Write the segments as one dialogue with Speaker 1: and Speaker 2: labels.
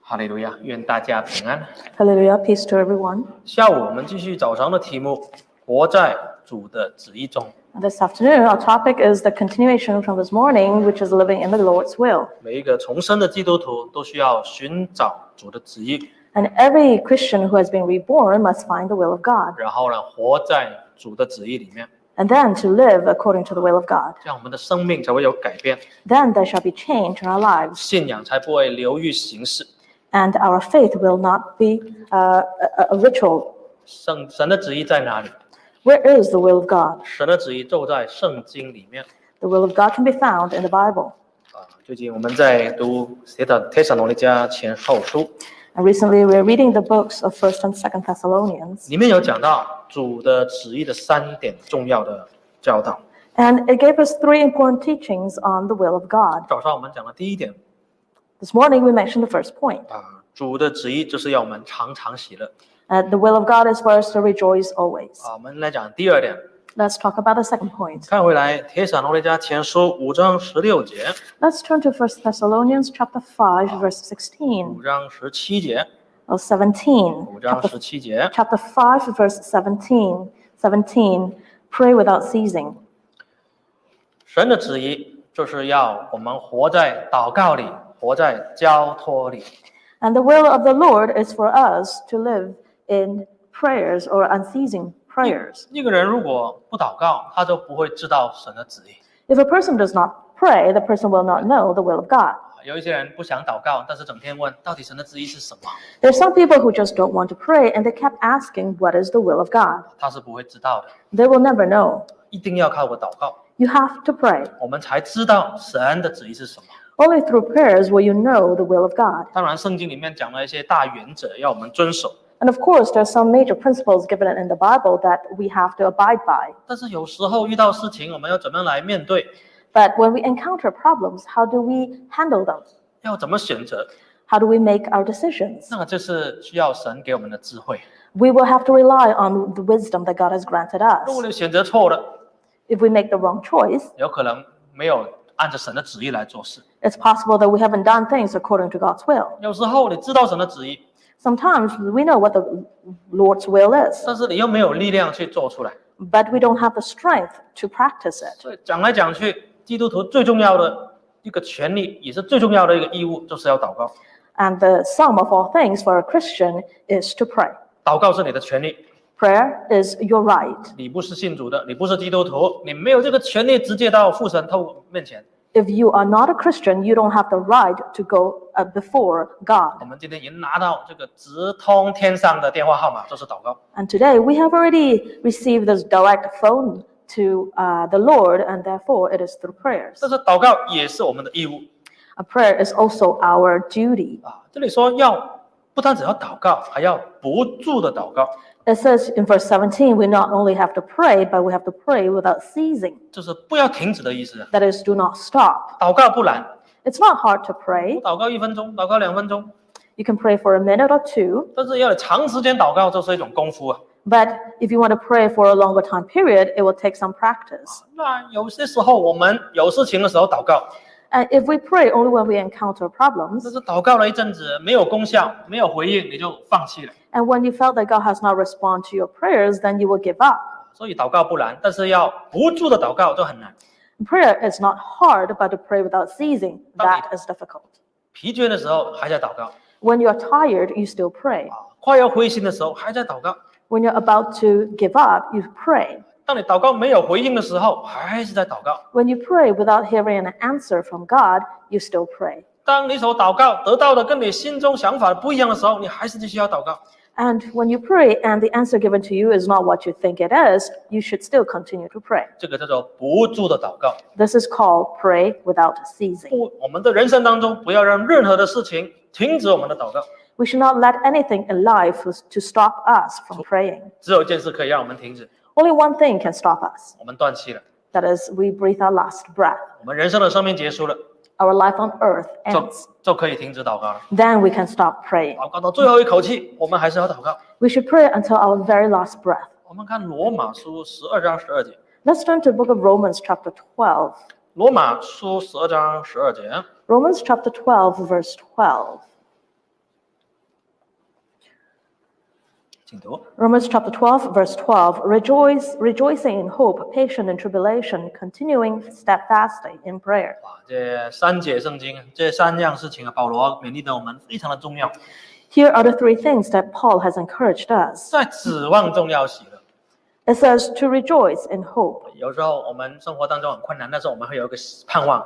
Speaker 1: 哈利路亚，愿大家平安。
Speaker 2: Hallelujah. Peace to everyone.
Speaker 1: 下午我们继续早上的题目，活在主的旨意中。
Speaker 2: This afternoon, our topic is the continuation from this morning, which is living in the Lord's will.
Speaker 1: 每一个重生的基督徒都需要寻找主的旨意，
Speaker 2: And every Christian who has been reborn must find the will of God
Speaker 1: 然后呢，活在主的旨意里面，
Speaker 2: and then to live according to the will of God.
Speaker 1: 这样我们的生命才会有改变，
Speaker 2: Then there shall be change in our lives,
Speaker 1: 信仰才不会流于形式。
Speaker 2: and our faith will not be uh, a, a ritual.
Speaker 1: 圣神的旨意在哪里？
Speaker 2: Where is the will of God?
Speaker 1: 神的旨意就在圣经里面
Speaker 2: The will of God can be found in the Bible.
Speaker 1: 啊。最近我们在读《铁塔铁撒罗尼迦前后书》，
Speaker 2: And recently, we're reading the books of First and Second Thessalonians,
Speaker 1: 里面有讲到主的旨意的三点重要的教导。
Speaker 2: and it gave us three important teachings on the will of God.
Speaker 1: 早上我们讲的第一点
Speaker 2: This morning, we mentioned the first point.
Speaker 1: 啊，主的旨意就是要我们常常喜乐
Speaker 2: Uh, the will of God is for us to rejoice always.
Speaker 1: 啊。我们来讲第二点，
Speaker 2: Let's talk about the second point.
Speaker 1: 看回来《铁撒罗尼迦前书》五章十六节、
Speaker 2: Let's turn to 1 Thessalonians chapter 5, verse 16
Speaker 1: 五章十七节、
Speaker 2: or 17.
Speaker 1: 五章
Speaker 2: Chapter,
Speaker 1: 十七节，
Speaker 2: chapter 5, verse 17. 17. Pray without ceasing.
Speaker 1: 神的旨意就是要我们活在祷告里，活在交托里。
Speaker 2: And the will of the Lord is for us to live in prayers or unceasing prayers.
Speaker 1: 一个人如果不祷告，他就不会知道神的旨意。
Speaker 2: If a person does not pray, the person will not know the will of God.
Speaker 1: 有一些人不想祷告，但是整天问到底神的旨意是什么，
Speaker 2: There's some people who just don't want to pray and they kept asking, What is the will of God?
Speaker 1: 他是不会知道的。
Speaker 2: They will never know.
Speaker 1: 一定要靠我祷告，
Speaker 2: You have to pray.
Speaker 1: 我们才知道神的旨意是什么。
Speaker 2: Only through prayers will you know the will of God.
Speaker 1: 当然，圣经里面讲了一些大原则，要我们遵守。
Speaker 2: And of course, there are some major principles given in the Bible that we have to abide by.
Speaker 1: 但是有时候遇到事情，我们要怎么样来面对？
Speaker 2: But when we encounter problems, how do we handle them?
Speaker 1: 要怎么选择？
Speaker 2: How do we make our decisions?
Speaker 1: 那个就是需要神给我们的智慧。
Speaker 2: We will have to rely on the wisdom that God has granted
Speaker 1: 如果
Speaker 2: us.
Speaker 1: 你选择错了，
Speaker 2: If we make the wrong choice,
Speaker 1: 有可能没有按着神的旨意来做事。
Speaker 2: it's possible that we haven't done things according to God's will.
Speaker 1: 有时候你知道神的旨意，
Speaker 2: Sometimes we know what the Lord's will is,
Speaker 1: 但是你又没有力量去做出来。
Speaker 2: but we don't have the strength to practice it.
Speaker 1: 所以讲来讲去，基督徒最重要的一个权利，也是最重要的一个义务，就是要祷告。
Speaker 2: And the sum of all things for a Christian is to pray.
Speaker 1: 祷告是你的权利，
Speaker 2: Prayer is your right.
Speaker 1: 你不是信主的，你不是基督徒，你没有这个权利直接到父神透过面前。
Speaker 2: If you are not a Christian, you don't have the right to go uh, before
Speaker 1: 我
Speaker 2: God.
Speaker 1: 们今天已经拿到这个直通天上的电话号码，就是祷告。
Speaker 2: And today we have already received this direct phone to uh, the Lord, and therefore it is through prayers.
Speaker 1: 但是祷告也是我们的义务
Speaker 2: A prayer is also our duty.
Speaker 1: 啊。这里说要不单只要祷告，还要不住的祷告，
Speaker 2: It says in verse 17, we not only have to pray, but we have to pray without ceasing.
Speaker 1: 就是不要停止的意思。啊
Speaker 2: That is, do not stop.
Speaker 1: 祷告不难，
Speaker 2: It's not hard to pray.
Speaker 1: 祷告一分钟，祷告两分钟，
Speaker 2: You can pray for a minute or two,
Speaker 1: 但是要你长时间祷告，这是一种功夫啊。
Speaker 2: but if you want to pray for a longer time period, it will take some practice.
Speaker 1: 那有些时候我们有事情的时候祷告，
Speaker 2: And Uh, if we pray only when we encounter problems,
Speaker 1: 但是祷告了一阵子没有功效，没有回应，你就放弃了。
Speaker 2: And when you felt that God has not responded to your prayers, then you will give up.
Speaker 1: 所以祷告不难，但是要不住的祷告就很难。
Speaker 2: Prayer is not hard, but to pray without ceasing, that
Speaker 1: Okay.
Speaker 2: is difficult.
Speaker 1: 疲倦的时候还在祷告，
Speaker 2: When you're tired, you still pray.
Speaker 1: 快要灰心的时候还在祷告，
Speaker 2: When you're about to give up, you pray.
Speaker 1: 当你祷告没有回应的时候还是在祷告。
Speaker 2: When you pray without hearing an answer from God, you still pray.
Speaker 1: 当你所祷告得到的跟你心中想法不一样的时候，你还是继续要祷告。
Speaker 2: And when you pray and the answer given to you is not what you think it is, you should still continue to pray.
Speaker 1: 这个叫做不住的祷告。
Speaker 2: This is called pray without ceasing.
Speaker 1: 不，我们的人生当中不要让任何的事情停止我们的祷告。
Speaker 2: We should not let anything in life to stop us from praying.
Speaker 1: 只有一件事可以让我们停止，
Speaker 2: Only one thing can stop us.
Speaker 1: 我们断气了，
Speaker 2: That is, we breathe our last breath.
Speaker 1: 我们人生的生命结束了，
Speaker 2: Our life on earth
Speaker 1: 就
Speaker 2: ends.
Speaker 1: 就可以停止祷告了。
Speaker 2: Then we can stop praying.
Speaker 1: 祷告到最后一口气，我们还是要祷告。
Speaker 2: We should pray until our very last breath.
Speaker 1: 我们看罗马书十二章十二节，
Speaker 2: Let's turn to the book of Romans, chapter 12.
Speaker 1: 罗马书十二章十二节，啊
Speaker 2: Romans, chapter 12, verse 12.
Speaker 1: 请读。
Speaker 2: Romans chapter 12, verse 12 Rejoice, rejoicing in hope, patient in tribulation, continuing steadfastly in prayer.
Speaker 1: 哇，这三节圣经，这三样事情啊，保罗勉励的我们非常的重要，
Speaker 2: Here are the three things that Paul has encouraged us.
Speaker 1: 在指望中要喜乐。
Speaker 2: It says to rejoice in hope.
Speaker 1: 有时候我们生活当中很困难，但是我们会有一个盼望，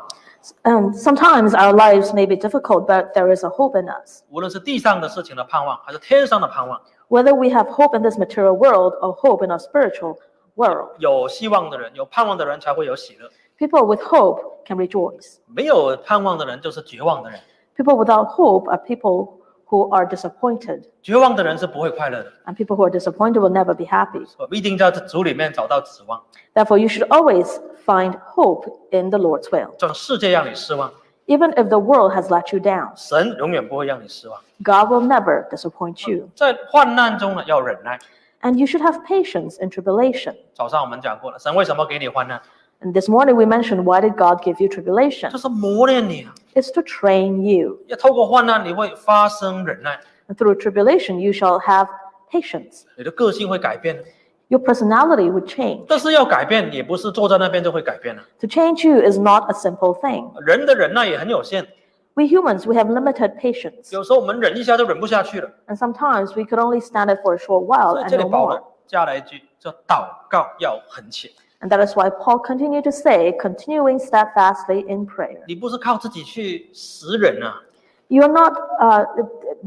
Speaker 2: And Um, sometimes our lives may be difficult, but there is a hope in us.
Speaker 1: 无论是地上的事情的盼望，还是天上的盼望。
Speaker 2: Whether we have hope in this material world or hope in our spiritual world,
Speaker 1: 有希望的人，有盼望的人才会有喜乐，
Speaker 2: people with hope can rejoice.
Speaker 1: 没有盼望的人就是绝望的人。
Speaker 2: People without hope are people who are disappointed,
Speaker 1: 绝望的人是不会快乐的，
Speaker 2: and people who are disappointed will never be happy.
Speaker 1: 我们一定在主里面找到指望。
Speaker 2: Therefore, you should always find hope in the Lord's will.
Speaker 1: 这世界让你失望，
Speaker 2: Even if the world has let you down,
Speaker 1: 神永远不会让你失望。
Speaker 2: God will never disappoint you.
Speaker 1: 在患难中呢，要忍耐。
Speaker 2: And you should have patience in tribulation.
Speaker 1: 早上我们讲过了，神为什么给你患难？
Speaker 2: And this morning we mentioned why did God give you tribulation?
Speaker 1: 就是磨练你啊，
Speaker 2: It's to train you.
Speaker 1: 要透过患难，你会发生忍耐，
Speaker 2: And through tribulation, you shall have patience.
Speaker 1: 你的个性会改变的。
Speaker 2: Your personality would change.
Speaker 1: 但是要改变，也不是坐在那边就会改变的。
Speaker 2: To change you is not a simple thing.
Speaker 1: 人的忍耐也很有限，
Speaker 2: We humans, we have limited patience.
Speaker 1: 有时候我们忍一下就忍不下去了。
Speaker 2: And sometimes we could only stand it for a short while
Speaker 1: 所以
Speaker 2: and
Speaker 1: 这里
Speaker 2: no
Speaker 1: 保
Speaker 2: more.
Speaker 1: 罗加了一句，叫祷告要恒切。
Speaker 2: And that is why Paul continued to say, continuing steadfastly in prayer.
Speaker 1: 你不是靠自己去死忍啊，
Speaker 2: You are not uh,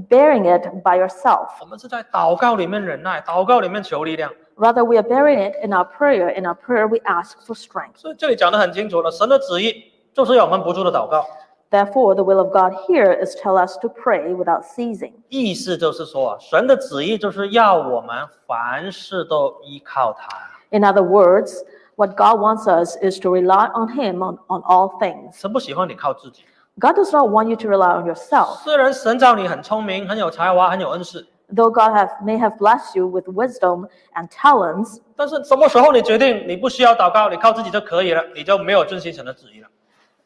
Speaker 2: bearing it by yourself.
Speaker 1: 我们是在祷告里面忍耐，祷告里面求力量。
Speaker 2: Rather, we are bearing it in our prayer. In our prayer, we ask for strength.
Speaker 1: 所以这里讲得很清楚了，神的旨意就是要我们不住的祷告，
Speaker 2: Therefore, the will of God here is tell us to pray without ceasing.
Speaker 1: 意思就是说啊，神的旨意就是要我们凡事都依靠他。
Speaker 2: In other words, what God wants us is to rely on Him on, on all things.
Speaker 1: 神不喜欢你靠自己，
Speaker 2: God does not want you to rely on yourself.
Speaker 1: 虽然神造你很聪明、很有才华、很有恩赐，
Speaker 2: Though God have, may have blessed you with wisdom and talents,
Speaker 1: 但是什么时候你决定你不需要祷告，你靠自己就可以了，你就没有遵行神的旨意了。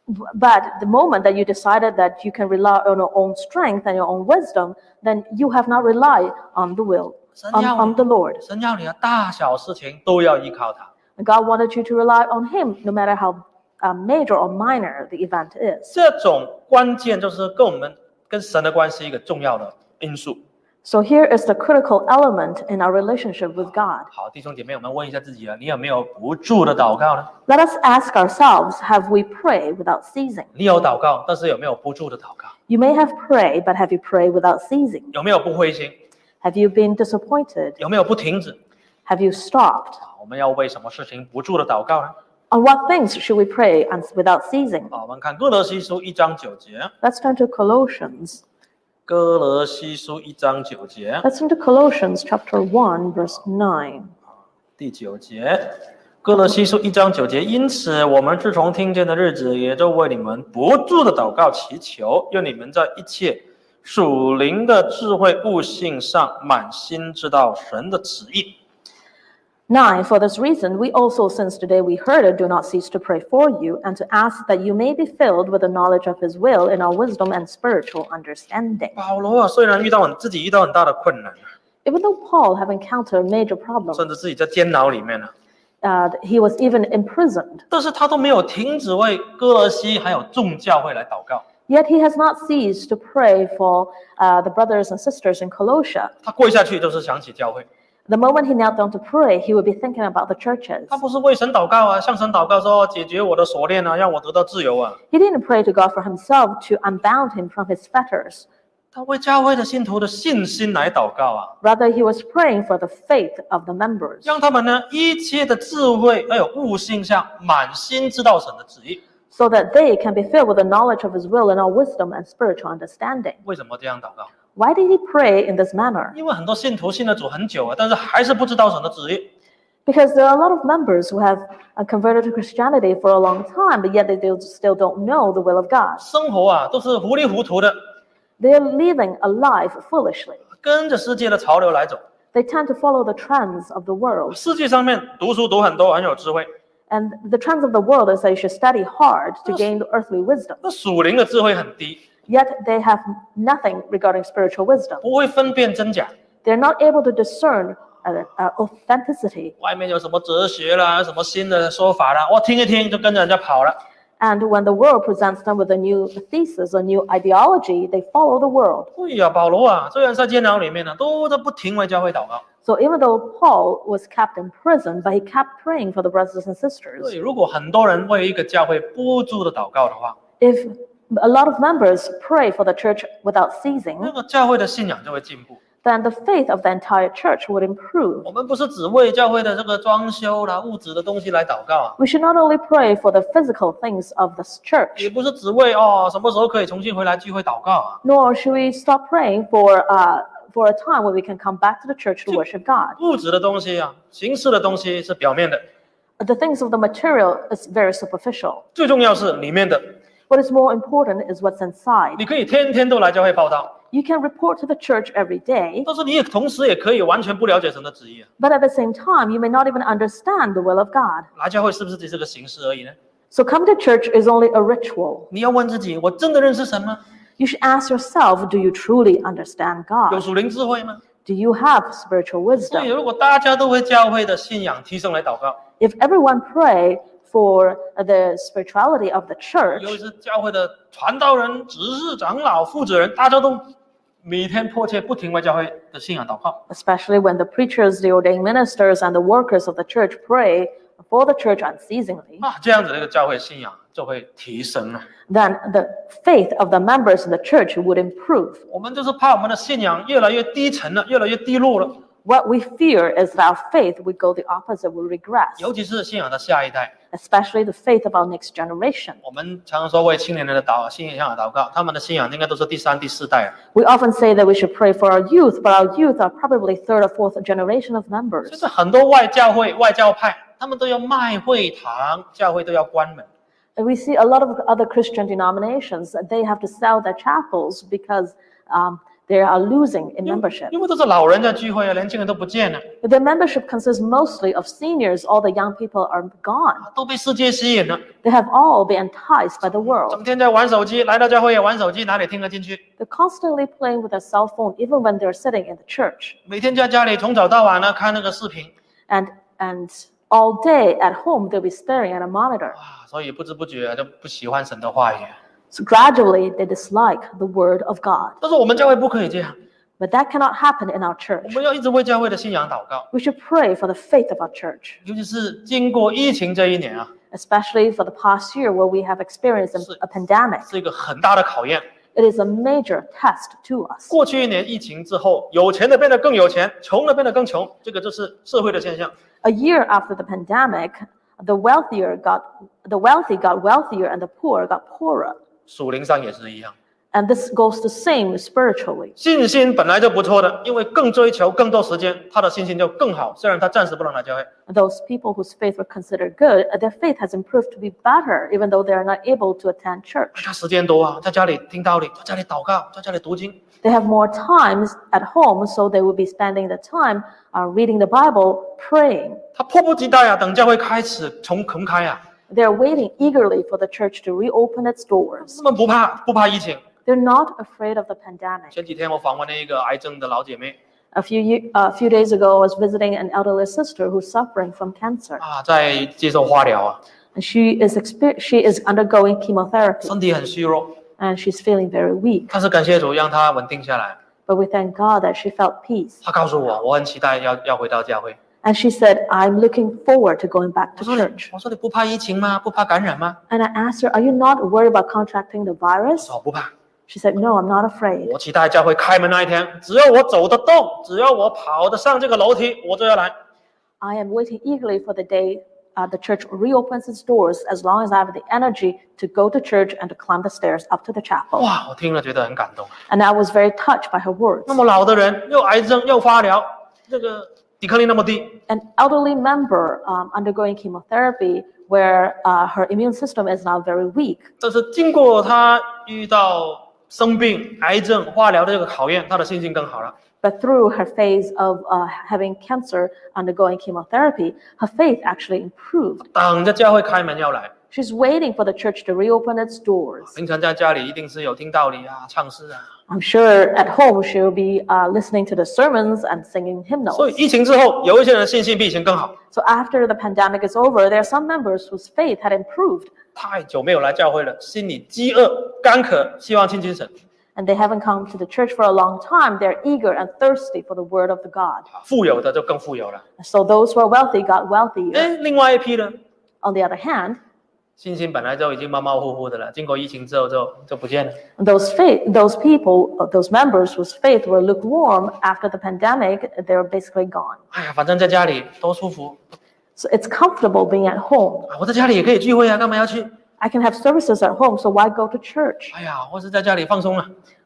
Speaker 2: b- but the moment that you decided that you can rely on your own strength and your own wisdom, then you have not relied on the will, on, on the Lord.
Speaker 1: 神要你的大小事情都要依靠他。
Speaker 2: And God wanted you to rely on Him no matter how uh, major or minor the event is.
Speaker 1: 这种关键就是跟我们跟神的关系一个重要的因素。
Speaker 2: So here is the critical element in our relationship with God.
Speaker 1: 好，弟兄姐妹，我们问一下自己啊，你有没有不住的祷告呢？
Speaker 2: Let us ask ourselves have we prayed without ceasing?
Speaker 1: 你有祷告，但是有没有不住的祷告？
Speaker 2: You may have prayed, but have you prayed without ceasing?
Speaker 1: 有没有不灰心？
Speaker 2: Have you been disappointed?
Speaker 1: 有没有不停止？
Speaker 2: Have you stopped?
Speaker 1: 啊，我们要为什么事情不住的祷告呢？
Speaker 2: On what things should we pray and without ceasing?
Speaker 1: 啊，我们看哥罗西书一章九节，
Speaker 2: Let's turn to Colossians.
Speaker 1: 哥罗西书一章九节
Speaker 2: Let's turn to Colossians chapter 1, verse 9.
Speaker 1: 第九节，哥罗西书一章九节，因此我们自从听见的日子，也就为你们不住的祷告祈求，愿你们在一切属灵的智慧悟性上满心知道神的旨意。
Speaker 2: 9. For this reason, we also, since the day we heard it, do not cease to pray for you and to ask that you may be filled with the knowledge of his will in all wisdom and spiritual understanding.
Speaker 1: 保罗啊，虽然遇到很自己遇到很大的困难，啊
Speaker 2: Even though Paul had encountered major problems,
Speaker 1: 甚至自己在监牢里面呢、
Speaker 2: uh, he was even imprisoned,
Speaker 1: 但是他都没有停止为哥罗西还有众教会来祷告，
Speaker 2: yet he has not ceased to pray for uh, the brothers and sisters in Colossia.
Speaker 1: 他跪下去就是想起教会，
Speaker 2: The moment he knelt down to pray, he would be thinking about the churches.
Speaker 1: 他不是为神祷告啊，向神祷告说解决我的锁链啊，让我得到自由啊，
Speaker 2: He didn't pray to God for himself to unbound him from his fetters.
Speaker 1: 他为教会的信徒的信心来祷告啊。
Speaker 2: Rather, he was praying for the faith of the members,
Speaker 1: 让他们呢一切的智慧还有悟性下满心知道神的旨意。
Speaker 2: so that they can be filled with the knowledge of his will and all wisdom and spiritual understanding.
Speaker 1: 为什么这样祷告？
Speaker 2: Why did he pray in this manner?
Speaker 1: 因为很多信徒信了主很久啊，但是还是不知道神的旨意。
Speaker 2: Because there are a lot of members who have uh, converted to Christianity for a long time, but yet they do- still don't know the will of God.
Speaker 1: 生活啊都是糊里糊涂的，
Speaker 2: They are living a life foolishly.
Speaker 1: 跟着世界的潮流来走。
Speaker 2: They tend to follow the trends of the world.
Speaker 1: 世界上面读书读很多，很有智慧，
Speaker 2: And the trends of the world is that you should study hard to gain earthly wisdom.
Speaker 1: 那属灵的智慧很低，
Speaker 2: Yet they have nothing regarding spiritual wisdom.
Speaker 1: 不会分辨真假，
Speaker 2: they're not able to discern uh, uh, authenticity.
Speaker 1: 外面有什么哲学啦，什么新的说法啦，我听一听就跟着人家跑了。
Speaker 2: And when the world presents them with a new thesis, a new ideology, they follow the world.
Speaker 1: 对呀、保罗啊，虽然在监牢里面呢、都在不停为教会祷告。
Speaker 2: So even though Paul was kept in prison, but he kept praying for the brothers and sisters.
Speaker 1: 对，如果很多人为一个教会不住的祷告的话，
Speaker 2: If a lot of members pray for the church without ceasing,
Speaker 1: 那个教会的信仰就会进步。
Speaker 2: then the faith of the entire church would improve.
Speaker 1: 我们不是只为教会的这个装修啦、物质的东西来祷告啊，
Speaker 2: We should not only pray for the physical things of this church,
Speaker 1: 也不是只为哦什么时候可以重新回来聚会祷告啊。
Speaker 2: nor should we stop praying for uh, for a time where we can come back to the church to worship God.
Speaker 1: 物质的东西啊，形式的东西是表面的，
Speaker 2: The things of the material is very superficial.
Speaker 1: 最重要是里面的。
Speaker 2: What is more important is what's inside.
Speaker 1: 你可以天天都来教会报道，
Speaker 2: You can report to the church every day,
Speaker 1: 但是你也同时也可以完全不了解神的旨意啊。
Speaker 2: but at the same time, you may not even understand the will of God.
Speaker 1: 来教会是不是只是个形式而已呢？
Speaker 2: So coming to church is only a ritual.
Speaker 1: 你要问自己，我真的认识神吗？
Speaker 2: You should ask yourself, do you truly understand
Speaker 1: 有
Speaker 2: God?
Speaker 1: 属灵智慧吗？
Speaker 2: Do you have spiritual
Speaker 1: 所以，
Speaker 2: wisdom?
Speaker 1: 如果大家都会教会的信仰提升来祷告，
Speaker 2: if everyone pray for the spirituality of the
Speaker 1: 尤其
Speaker 2: church
Speaker 1: 是教会的传道人、执事、长老、负责人，大家都每天迫切不停为教会的信仰祷告，
Speaker 2: especially when the preachers the ordained ministers and the workers of the church pray for the church unceasingly
Speaker 1: 那这样子的一个教会信仰就会提升了。
Speaker 2: then the faith of the members of the church would improve
Speaker 1: 我们就是怕我们的信仰越来越低沉了，越来越低落了，
Speaker 2: what we fear is that our faith would go the opposite would regress
Speaker 1: 尤其是信仰的下一代。
Speaker 2: especially the faith of our next generation
Speaker 1: 我们常常说为青年人的祷信仰祷告，他们的信仰应该都是第三、第四代了。
Speaker 2: we often say that we should pray for our youth but our youth are probably third or fourth generation of
Speaker 1: 就
Speaker 2: members
Speaker 1: 是很多外教会、外教派，他们都要卖会堂，教会都要关门。
Speaker 2: And we see a lot of other Christian denominations, that they have to sell their chapels because um, they are losing in
Speaker 1: 因为
Speaker 2: membership.
Speaker 1: 因为都是老人在聚会啊，年轻人都不见了，
Speaker 2: Their membership consists mostly of seniors. All the young people are gone.
Speaker 1: 都被世界吸引了，
Speaker 2: They have all been enticed by the
Speaker 1: 整
Speaker 2: world.
Speaker 1: 天在玩手机，来到教会也玩手机，哪里听得进去？
Speaker 2: They're constantly playing with their cell phone, even when they're sitting in the church.
Speaker 1: 每天在家里从早到晚呢看那个视频
Speaker 2: And, and all day at home, they'll be staring at a monitor.
Speaker 1: 啊，所以不知不觉啊就不喜欢神的话语。
Speaker 2: So gradually, they dislike the word of God.
Speaker 1: 但是我们教会不可以这样，
Speaker 2: But that cannot happen in our
Speaker 1: 我
Speaker 2: church.
Speaker 1: 们要一直为教会的信仰祷告，
Speaker 2: We should pray for the faith of our church.
Speaker 1: 尤其是经过疫情这一年啊，
Speaker 2: especially for the past year where we have experienced a, a pandemic.
Speaker 1: 是一个很大的考验。
Speaker 2: It is a major test to us.
Speaker 1: 过去一年疫情之后，有钱的变得更有钱，穷的变得更穷，这个就是社会的现象。
Speaker 2: A year after the pandemic, the wealthier got the wealthy got wealthier and the poor got poorer.
Speaker 1: 属灵上也是一样，
Speaker 2: And this goes the same spiritually.
Speaker 1: 信心本来就不错的，因为更追求更多时间，他的信心就更好。虽然他暂时不能来教会，
Speaker 2: Those people whose faith were considered good, their faith has improved to be better, even though they are not able to attend church.
Speaker 1: 他时间多啊，在家里听道理，在家里祷告，在家里读经，
Speaker 2: They have more times at home, so they will be spending the time uh, reading the Bible, praying.
Speaker 1: 他迫不及待啊，等教会开始重重开啊，
Speaker 2: They're waiting eagerly for the church to reopen its doors.
Speaker 1: 他们不怕不怕疫情。
Speaker 2: They're not afraid of the pandemic.
Speaker 1: 前几天我访问了一个癌症的老姐妹
Speaker 2: A few, ye- a few days ago, I was visiting an elderly sister who's suffering from cancer,
Speaker 1: 啊，在接受化疗啊，
Speaker 2: and she is exper- she is undergoing chemotherapy,
Speaker 1: 身体很虚弱，
Speaker 2: and she's feeling very weak.
Speaker 1: 但是感谢主让她稳定下来。
Speaker 2: But we thank God that she felt peace,
Speaker 1: 她告诉我，我很期待要要回到教会。
Speaker 2: and she said, "I'm looking forward to going back
Speaker 1: 我
Speaker 2: to
Speaker 1: 说你
Speaker 2: church."
Speaker 1: 我说你不怕疫情吗？不怕感染吗？
Speaker 2: And I asked her, "Are you not worried about contracting the
Speaker 1: 我
Speaker 2: virus?"
Speaker 1: 说我不怕。
Speaker 2: She said, "No, I'm not afraid.
Speaker 1: 我期待教会开门那一天，只要我走得动，只要我跑得上这个楼梯，我就要来。
Speaker 2: I am waiting eagerly for the day." Uh, the church reopens its doors as long as I have the energy to go to church and to climb the stairs up to the chapel.
Speaker 1: 哇，我听了觉得很感动。啊
Speaker 2: And I was very touched by her words.
Speaker 1: 那么老的人又癌症又发疗，这个抵抗力那么低，
Speaker 2: an elderly member um, undergoing chemotherapy where uh, her immune system is now very weak.
Speaker 1: 但是经过他遇到生病、癌症、化疗的这个考验，他的信心更好了。
Speaker 2: But through her phase of uh, having cancer, undergoing chemotherapy, her faith actually improved.
Speaker 1: 等着教会开门要来，
Speaker 2: She's waiting for the church to reopen its doors.
Speaker 1: 平常在家里一定是有听道理啊、唱诗啊，
Speaker 2: I'm sure at home she'll be uh, listening to the sermons and singing hymnals.
Speaker 1: 所以疫情之后，有一些人信心比以前更好，
Speaker 2: So after the pandemic is over, there are some members whose faith had improved
Speaker 1: 太久没有来教会了，心里饥饿、干渴，希望亲近神。
Speaker 2: and they haven't come to the church for a long time. They're eager and thirsty for the word of the God.
Speaker 1: 啊富有的就更富有了。
Speaker 2: So those who are wealthy got wealthier.
Speaker 1: 哎，另外一批呢，
Speaker 2: On the other hand,
Speaker 1: 信心本来就已经马马虎虎的了，经过疫情之后就就不见了。
Speaker 2: those faith, those people, uh, those members whose faith were lukewarm after the pandemic, they're basically gone.
Speaker 1: 哎呀，反正在家里多舒服
Speaker 2: So it's comfortable being at home.
Speaker 1: 啊！我在家里也可以聚会啊，干嘛要去？
Speaker 2: I can have services at home, so why go to church?
Speaker 1: 哎呀，或是在家里放松了，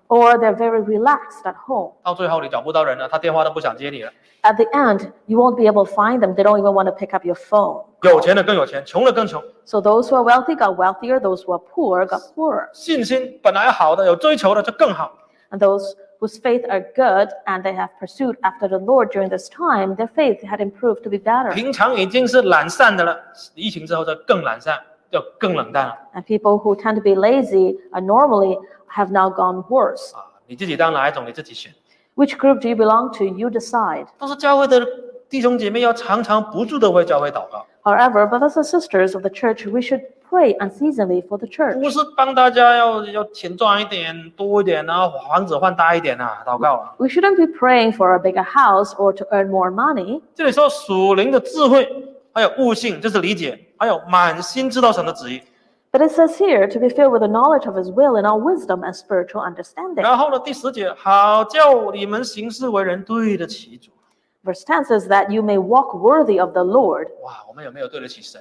Speaker 2: Or they're very relaxed at home.
Speaker 1: 到最后你找不到人了，他电话都不想接你了。
Speaker 2: At the end, you won't be able to find them. They don't even want to pick up your phone.
Speaker 1: 有钱的更有钱，穷的更穷。
Speaker 2: So those who are wealthy got wealthier, those who are poor got poorer.
Speaker 1: 信心本来好的，有追求的就更好。
Speaker 2: And those whose faith are good and they have pursued after the Lord during this time, their faith had improved to be better.
Speaker 1: 平常已经是懒散的了，疫情之后就更懒散，就更冷淡了
Speaker 2: And people who tend to be lazy are normally have now gone worse.
Speaker 1: 啊！你自己当哪一种，你自己选。
Speaker 2: Which group do you belong to? You decide.
Speaker 1: 但是教会的弟兄姐妹要常常不住的为教会祷告，
Speaker 2: However, brothers and sisters of the church, we should pray unceasingly for the church.
Speaker 1: 不是帮大家要要钱赚一点多一点啊，房子换大一点啊，祷告啊。
Speaker 2: We shouldn't be praying for a bigger house or to earn more money.
Speaker 1: 这里说属灵的智慧，还有悟性，这是理解，还有满心知道神的旨意。
Speaker 2: But it says here to be filled with the knowledge of his will and all wisdom and spiritual understanding.
Speaker 1: 然后呢，第十节，好叫你们行事为人对得起主。
Speaker 2: Verse 10 says that you may walk worthy of the Lord.
Speaker 1: 哇，我们有没有对得起神？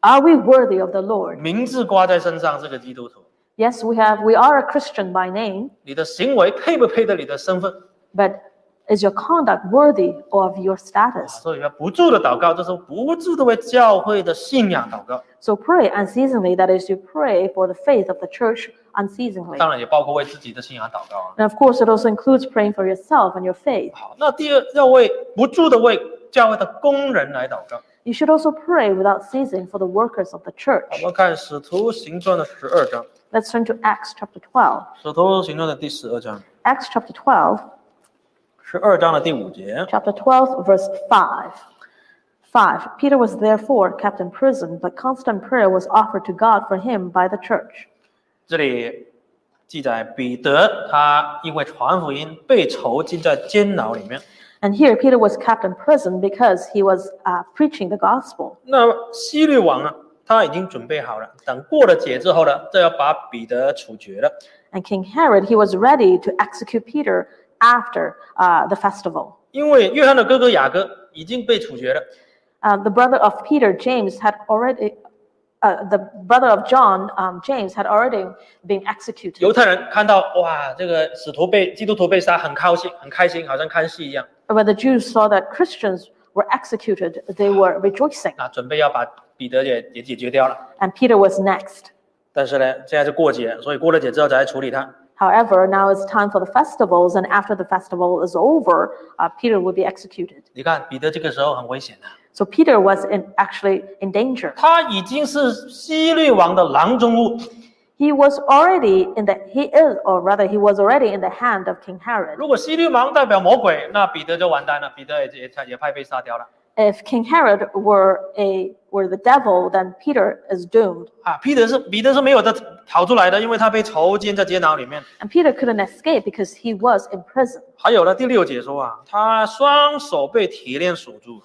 Speaker 2: Are we worthy of the Lord?
Speaker 1: 名字挂在身上，这个基督徒，
Speaker 2: Yes, we have. We are a Christian by name,
Speaker 1: 你的行为配不配得你的身份？
Speaker 2: but is your conduct worthy of your status?
Speaker 1: 啊所以要不住的祷告，就是不住的为教会的信仰祷告，
Speaker 2: So pray unceasingly, that is, you pray for the faith of the church unceasingly.
Speaker 1: 当然也包括为自己的信仰祷告啊。
Speaker 2: And of course, it also includes praying for yourself and your faith.
Speaker 1: 好，那第二要为不住的为教会的工人来祷告。
Speaker 2: You should also pray without ceasing for the workers of the
Speaker 1: 我
Speaker 2: church.
Speaker 1: 们看《使徒行传》的十二章，《
Speaker 2: Let's turn to Acts chapter 12.
Speaker 1: 使徒行传》的第十二章，
Speaker 2: Acts chapter 12,
Speaker 1: 十二章的第五节。
Speaker 2: chapter 12, verse 5. 5. Peter was therefore kept in prison, but constant prayer was offered to God for him by the church.
Speaker 1: 这里记载彼得他因为传福音被囚禁在监牢里面。
Speaker 2: And here, Peter was kept in prison because he was uh, preaching the gospel.
Speaker 1: 那希律王呢，他已经准备好了，等过了节之后呢，就要把彼得处决了。
Speaker 2: And King Herod, he was ready to execute Peter after uh, the festival.
Speaker 1: 因为约翰的哥哥雅各已经被处决了，
Speaker 2: Uh, the brother of Peter, James, had already, uh, the brother of John, um, James, had already been executed.
Speaker 1: 犹太人看到哇，这个使徒被基督徒被杀，很高兴，很开心，好像看戏一样。
Speaker 2: When the Jews saw that Christians were executed, they were rejoicing.
Speaker 1: 那准备要把彼得也也解决掉了。
Speaker 2: And Peter was next.
Speaker 1: 但是呢，现在是过节，所以过了节之后才处理他。
Speaker 2: However, now it's time for the festivals, and after the festival is over, uh, Peter will be executed.
Speaker 1: 你看彼得这个时候很危险的、啊
Speaker 2: So Peter was in, actually in danger.
Speaker 1: 他已经是希律王的囊中物。
Speaker 2: He was already in the he is, or rather, he was already in the hand of King Herod.
Speaker 1: 如果希律王代表魔鬼，那彼得就完蛋了，彼得也也也快被杀掉了
Speaker 2: If King Herod were a were the devil, then Peter is doomed.
Speaker 1: 啊！彼得是彼得是没有的逃出来的，因为他被囚禁在监牢里面。
Speaker 2: And Peter couldn't escape because he was in prison.
Speaker 1: 还有呢，第六节说啊，他双手被铁链锁住，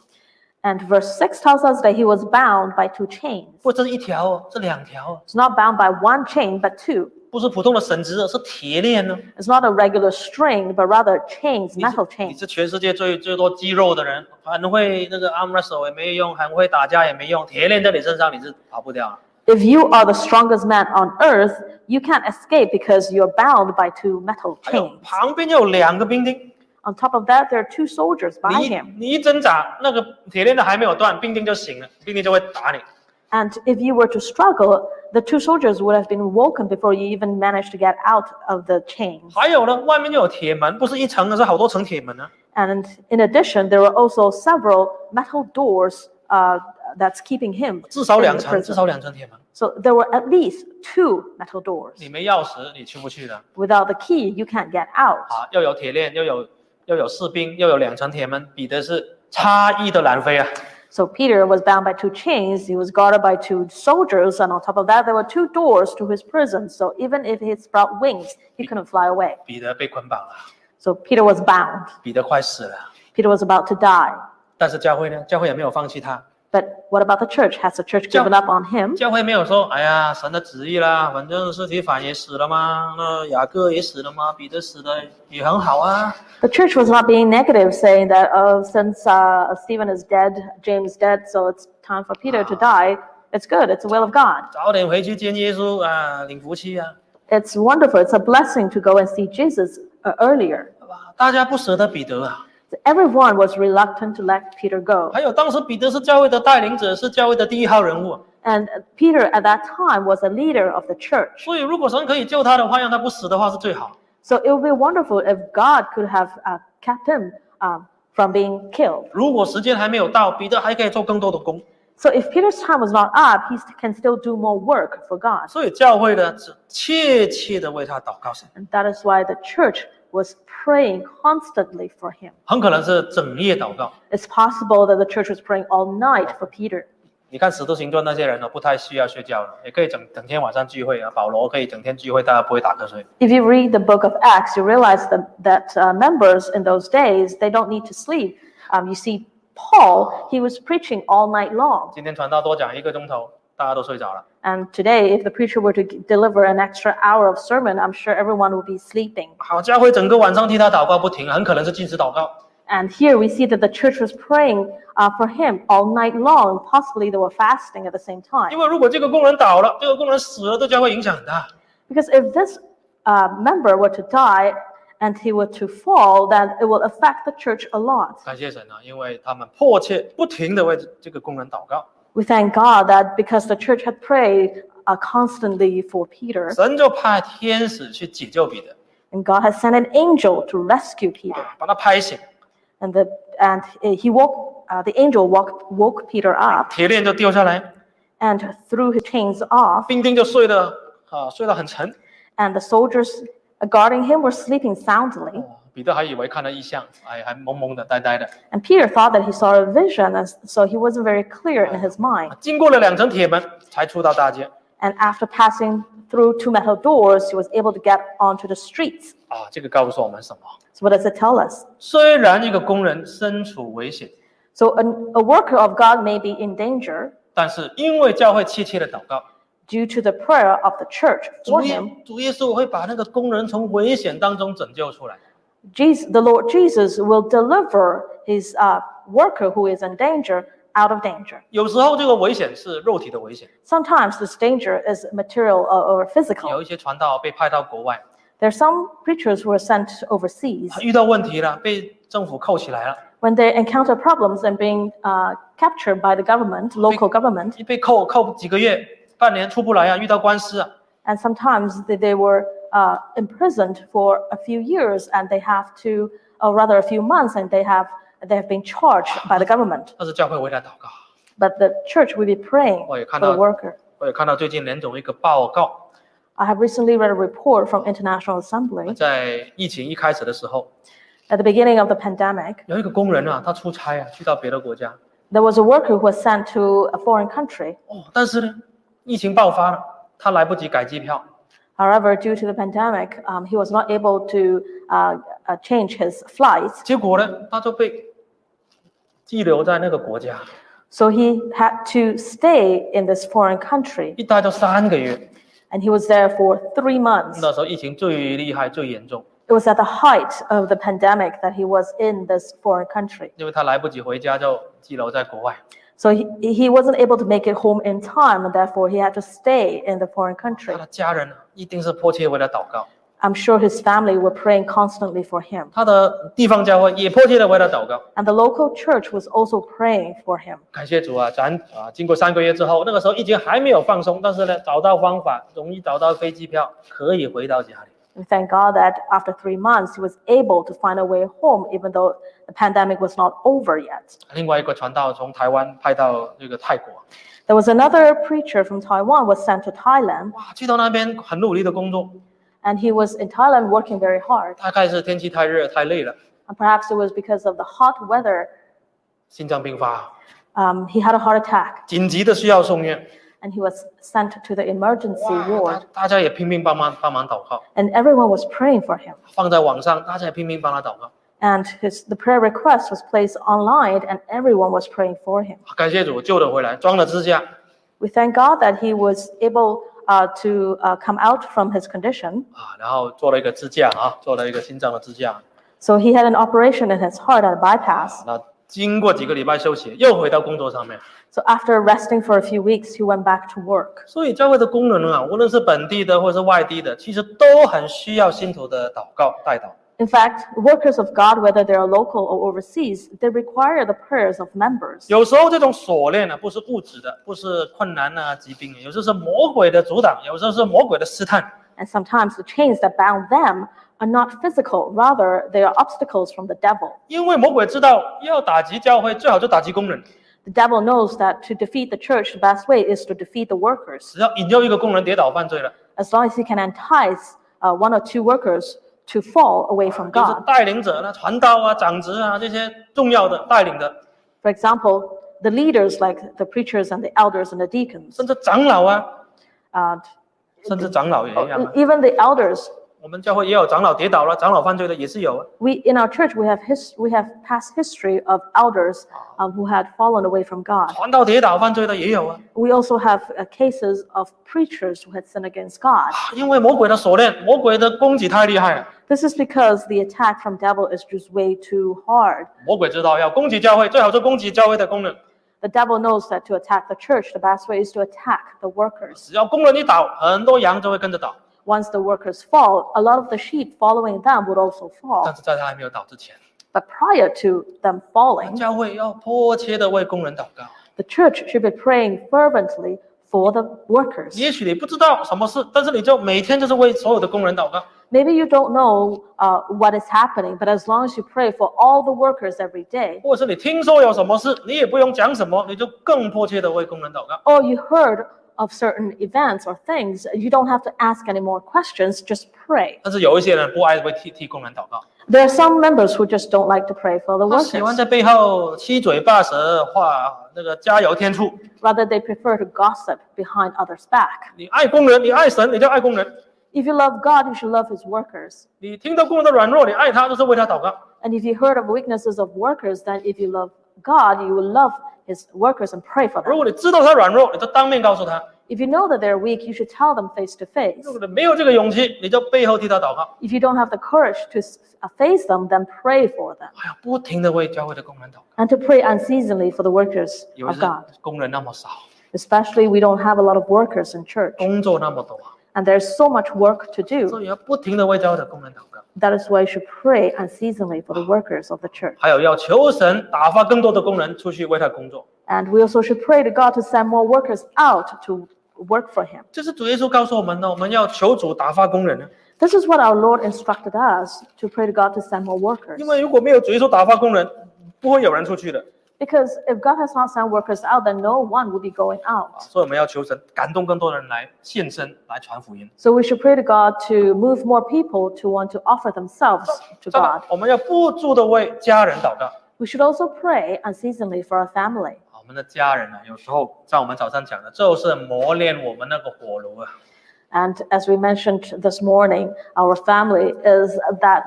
Speaker 2: And verse 6 tells us that he was bound by two chains.
Speaker 1: 不，这是一条哦，这两条哦，
Speaker 2: It's not bound by one chain, but two.
Speaker 1: 不是普通的绳子哦，是铁链呢、
Speaker 2: It's not a regular string, but rather chains,
Speaker 1: 你是
Speaker 2: metal
Speaker 1: 你
Speaker 2: chains.
Speaker 1: 是全世界最最多肌肉的人，很会那个 arm wrestle 也没用，很会打架也没用，铁链在你身上你是跑不掉啊。
Speaker 2: If you are the strongest man on earth, you can't escape because you're bound by two metal
Speaker 1: 还有
Speaker 2: chains.
Speaker 1: 旁边有两个兵丁，
Speaker 2: On top of that, there are two soldiers
Speaker 1: 你
Speaker 2: by
Speaker 1: 一
Speaker 2: him.
Speaker 1: 你一挣扎，那个铁链的还没有断，兵丁就醒了，兵丁就会打你。
Speaker 2: And if you were to struggle, the two soldiers would have been woken before you even managed to get out of the chains.
Speaker 1: 还有呢，外面又有铁门，不是一层的，是好多层铁门呢、
Speaker 2: And in addition, there were also several metal doors uh, that's keeping him
Speaker 1: 至少
Speaker 2: in
Speaker 1: 两
Speaker 2: the
Speaker 1: 层，至
Speaker 2: prison.
Speaker 1: 少两层铁门。
Speaker 2: So there were at least two metal doors.
Speaker 1: 你没钥匙，你去不去的？
Speaker 2: Without the key, you can't get out.
Speaker 1: 啊，又有铁链，又有又有士兵，又有两层铁门，比的是差异的南非啊！
Speaker 2: So Peter was bound by two chains, he was guarded by two soldiers, and on top of that, there were two doors to his prison. So even if he sprout wings, he couldn't fly away.
Speaker 1: 彼得被捆绑了，
Speaker 2: So Peter was bound.
Speaker 1: 彼得快死了，
Speaker 2: Peter was about to die.
Speaker 1: 但是教会呢？教会也没有放弃他，
Speaker 2: But what about the church? Has the church
Speaker 1: Yeah.
Speaker 2: given up on him?
Speaker 1: 教会没有说，哎呀，神的旨意啦，反正斯提凡也死了嘛，那雅各也死了嘛，彼得死的也很好啊。
Speaker 2: The church was not being negative, saying that, oh, since uh, Stephen is dead, James dead, so it's time for Peter to die. It's good. It's the will of God.
Speaker 1: 早点回去见耶稣啊，领福气啊，
Speaker 2: It's wonderful. It's a blessing to go and see Jesus uh, earlier.
Speaker 1: 对吧？大家不舍得彼得啊。
Speaker 2: Everyone was reluctant to let Peter go.
Speaker 1: 还有当时彼得是教会的带领者，是教会的第一号人物啊，
Speaker 2: And Peter at that time was a leader of the church.
Speaker 1: 所以如果神可以救他的话，让他不死的话是最好。
Speaker 2: So it would be wonderful if God could have uh, kept him um, from being killed.
Speaker 1: 如果时间还没有到，彼得还可以做更多的工。
Speaker 2: So if Peter's time was not up, he st- can still do more work for God.
Speaker 1: 所以教会呢，只切切的为他祷告神，
Speaker 2: And that is why the church was praying constantly for him.
Speaker 1: 很可能是整夜祷告。
Speaker 2: It's possible that the church was praying all night for Peter.
Speaker 1: 你看《使徒行传》那些人呢，啊不太需要睡觉了，也可以整整天晚上聚会啊。保罗可以整天聚会，大家不会打瞌睡。
Speaker 2: If you read the book of Acts, you realize that, that uh, members in those days, they don't need to sleep. Um, you see, Paul, he was preaching all night long.
Speaker 1: 今天传道多讲一个钟头，大家都睡着了。
Speaker 2: And today, if the preacher were to g- deliver an extra hour of sermon, I'm sure everyone would be sleeping.
Speaker 1: 好家伙，整个晚上替他祷告不停，很可能是禁食祷告。
Speaker 2: And here we see that the church was praying uh, for him all night long. Possibly they were fasting at the same time.
Speaker 1: 因为如果这个工人倒了，这个工人死了，对教会影响很大。
Speaker 2: Because if this uh, member were to die and he were to fall, then it will affect the church a lot.
Speaker 1: 感谢神啊，因为他们迫切不停的为这个工人祷告，
Speaker 2: We thank God that because the church had prayed uh, constantly for Peter,
Speaker 1: 神就派天使去解救彼得，
Speaker 2: and God has sent an angel to rescue Peter,
Speaker 1: 把他拍醒，
Speaker 2: and the and he woke uh, the angel woke woke Peter up
Speaker 1: 铁链就掉下来，
Speaker 2: and threw his chains off,
Speaker 1: 兵丁就睡得啊睡得很沉。
Speaker 2: and the soldiers guarding him were sleeping soundly.
Speaker 1: 彼得还以为看了异象，哎，还懵懵的、呆呆的。
Speaker 2: And Peter thought that he saw a vision, and so he wasn't very clear in his mind.
Speaker 1: 经过了两层铁门，才出到大街。
Speaker 2: and after passing through two metal doors, he was able to get onto the streets.
Speaker 1: 啊，这个告诉我们什么？
Speaker 2: So, what does it tell us?
Speaker 1: 虽然一个工人身处危险，
Speaker 2: So, an, a worker of God may be in danger
Speaker 1: 但是因为教会切切的祷告，
Speaker 2: due to the prayer of the church
Speaker 1: 主
Speaker 2: for
Speaker 1: 耶
Speaker 2: him.
Speaker 1: 主耶稣会把那个工人从危险当中拯救出来。
Speaker 2: Jesus, the Lord Jesus will deliver his uh, worker who is in danger out of danger.
Speaker 1: 有时候这个危险是肉体的危险，
Speaker 2: Sometimes this danger is material or, or physical.
Speaker 1: 有一些传道被派到国外，
Speaker 2: There are some preachers who are sent overseas.
Speaker 1: 遇到问题了，被政府扣起来了，
Speaker 2: When they encounter problems and being uh, captured by the government, local government,
Speaker 1: 一被扣扣几个月、半年出不来啊，遇到官司啊，
Speaker 2: and sometimes they, they were uh, imprisoned for a few years and they have to or rather a few months and they have they have been charged by the government
Speaker 1: 但是教会为他祷告。
Speaker 2: but the church will be praying
Speaker 1: Oh, you
Speaker 2: for the
Speaker 1: cannot-
Speaker 2: worker
Speaker 1: 我也看到最近联总一个报告，
Speaker 2: i have recently read a report from international assembly
Speaker 1: 在疫情一开始的时候，
Speaker 2: at the beginning of the pandemic
Speaker 1: 有一个工人啊，他出差啊，去到别的国家，
Speaker 2: there was a worker who was sent to a foreign country
Speaker 1: 哦，但是呢，疫情爆发了，他来不及改机票，
Speaker 2: however due to the pandemic um, he was not able to uh, uh, change his flights
Speaker 1: 结果呢，他就被拘留在那个国家，
Speaker 2: so he had to stay in this foreign country
Speaker 1: 一待就三个月。
Speaker 2: and he was there for three months
Speaker 1: 那时候疫情最厉害、最严重，
Speaker 2: It was at the height of the pandemic that he was in this foreign country.
Speaker 1: 因为他来不及回家，就拘留在国外。
Speaker 2: So he, he wasn't able to make it home in time, and therefore he had to stay in the foreign country.
Speaker 1: 他的家人呢，一定是迫切为他祷告，
Speaker 2: I'm sure his family were praying constantly for him.
Speaker 1: 他的地方教会也迫切的为他祷告。
Speaker 2: And the local church was also praying for him.
Speaker 1: 感谢主啊，咱啊，经过三个月之后，那个时候疫情还没有放松，但是呢，找到方法，容易找到飞机票，可以回到家里。
Speaker 2: We thank God that after three months, he was able to find a way home, even though the pandemic was not over yet.
Speaker 1: 另外一个传道从台湾派到那个泰国，
Speaker 2: There was another preacher from Taiwan was sent to Thailand,
Speaker 1: 哇，去到那边很努力的工作，
Speaker 2: and he was in Thailand working very hard.
Speaker 1: 大概是天气太热太累了，
Speaker 2: And perhaps it was because of the hot weather,
Speaker 1: 心脏病发，
Speaker 2: um, he had a heart attack,
Speaker 1: 紧急的需要送院。
Speaker 2: and he was sent to the emergency
Speaker 1: 哇，大
Speaker 2: ward.
Speaker 1: 大家也拼命帮忙帮忙祷告，
Speaker 2: And everyone was praying for him.
Speaker 1: 放在网上，大家也拼命帮他祷告。
Speaker 2: And his, the prayer request was placed online, and everyone was praying for him.
Speaker 1: 感谢主救了回来，装了支架，啊
Speaker 2: We thank God that he was able uh, to uh, come out from his condition.
Speaker 1: 啊，然后做了一个支架啊，做了一个心脏的支架。啊
Speaker 2: So he had an operation in his heart and a bypass.
Speaker 1: 那经过几个礼拜休息，又回到工作上面。
Speaker 2: So after resting for a few weeks, he went back to work.
Speaker 1: 所以教会的工人啊，无论是本地的或是外地的，其实都很需要信徒的祷告带导。
Speaker 2: In fact, workers of God, whether they are local or overseas, they require the prayers of members.
Speaker 1: 有时候这种锁链呢、啊不是物质的，不是困难啊、疾病，有时候是魔鬼的阻挡，有时候是魔鬼的试探。
Speaker 2: And sometimes the chains that bound them are not physical, rather, they are obstacles from the devil.
Speaker 1: 因为魔鬼知道要打击教会，最好就打击工人。
Speaker 2: The devil knows that to defeat the church, the best way is to defeat the workers.
Speaker 1: 只要引诱一个工人跌倒犯罪了，
Speaker 2: As long as he can entice uh, one or two workers to fall away from
Speaker 1: 就是
Speaker 2: God.
Speaker 1: 带领者呢、传道啊、长职啊这些重要的带领的，
Speaker 2: For example, the leaders like the preachers and the elders and the deacons,
Speaker 1: 甚至长老啊，
Speaker 2: and
Speaker 1: 甚至长老也一样、啊
Speaker 2: e-。even the elders.
Speaker 1: 我们教会也有长老跌倒了、长老犯罪的也是有啊。
Speaker 2: We in our church we have his, we have past history of elders um, who had fallen away from God.
Speaker 1: 传道跌倒犯罪的也有啊。
Speaker 2: We also have uh, cases of preachers who had sinned against God.
Speaker 1: 因为魔鬼的锁链、魔鬼的攻击太厉害了，啊
Speaker 2: This is because the attack from devil is just way too hard.
Speaker 1: 魔鬼知道要攻击教会，最好是攻击教会的工人。
Speaker 2: The devil knows that to attack the church, the best way is to attack the workers.
Speaker 1: 只要工人一倒，很多羊就会跟着倒。
Speaker 2: Once the workers fall, a lot of the sheep following them would also
Speaker 1: 但
Speaker 2: fall.
Speaker 1: 是在他还没有倒之前，
Speaker 2: But prior to them falling,
Speaker 1: 教会要迫切的为工人祷告。
Speaker 2: The church should be praying fervently for the workers.
Speaker 1: 也许你不知道什么事，但是你就每天就是为所有的工人祷告。
Speaker 2: Maybe you don't know uh, what is happening, but as long as you pray for all the workers every day,
Speaker 1: 或者是你听说有什么事，你也不用讲什么，你就更迫切的为工人祷告。
Speaker 2: or you heard of certain events or things, you don't have to ask any more questions, just pray.
Speaker 1: 但是有一些人不爱为替替工人祷告，
Speaker 2: There are some members who just don't like to pray for the
Speaker 1: 他喜欢
Speaker 2: workers.
Speaker 1: 在背后七嘴八舌话那个加油添醋。
Speaker 2: Rather, they prefer to gossip behind others' back.
Speaker 1: 你爱工人，你爱神，你就爱工人；
Speaker 2: If you love God, you should love his workers.
Speaker 1: 你听到工人的软弱，你爱他，就是为他祷告。
Speaker 2: And if you heard of weaknesses of workers, then if you love God, you will love his workers and pray for them.
Speaker 1: 如果你知道他软弱，你就当面告诉他；
Speaker 2: If you know that they're weak, you should tell them face to face.
Speaker 1: 如果你没有这个勇气，你就背后替他祷告。
Speaker 2: If you don't have the courage to s- uh, face them, then pray for them
Speaker 1: 哎呀，不停的为教会的工人祷告，
Speaker 2: and to pray unceasingly for the workers
Speaker 1: 因为
Speaker 2: of
Speaker 1: 是
Speaker 2: God.
Speaker 1: 工人那么少，
Speaker 2: Especially, we don't have a lot of workers in church,
Speaker 1: 工作那么多，
Speaker 2: and there's so much work to do.
Speaker 1: 所以要不停的为教会的工人祷告。
Speaker 2: That is why you should pray unceasingly for the workers of the church.
Speaker 1: 还有要求神打发更多的工人出去为他工作，
Speaker 2: And we also should pray to God to send more workers out to work for Him.
Speaker 1: 这是主耶稣告诉我们的。我们要求主打发工人啊呢，
Speaker 2: This is what our Lord instructed us to pray to God to send more workers.
Speaker 1: 因为如果没有主耶稣打发工人，不会有人出去的。
Speaker 2: Because if God has not sent workers out, then no one will be going out.
Speaker 1: 所以我们要求神感动更多人来献身，来传福音。
Speaker 2: So we should pray to God to move more people to want to offer themselves to
Speaker 1: 真的
Speaker 2: God.，
Speaker 1: 我们要不住的为家人祷告。
Speaker 2: We should also pray unceasonably for our family.
Speaker 1: 啊我们的家人啊，有时候像我们早上讲的，就是磨练我们那个火炉啊。
Speaker 2: And as we mentioned this morning, our family is that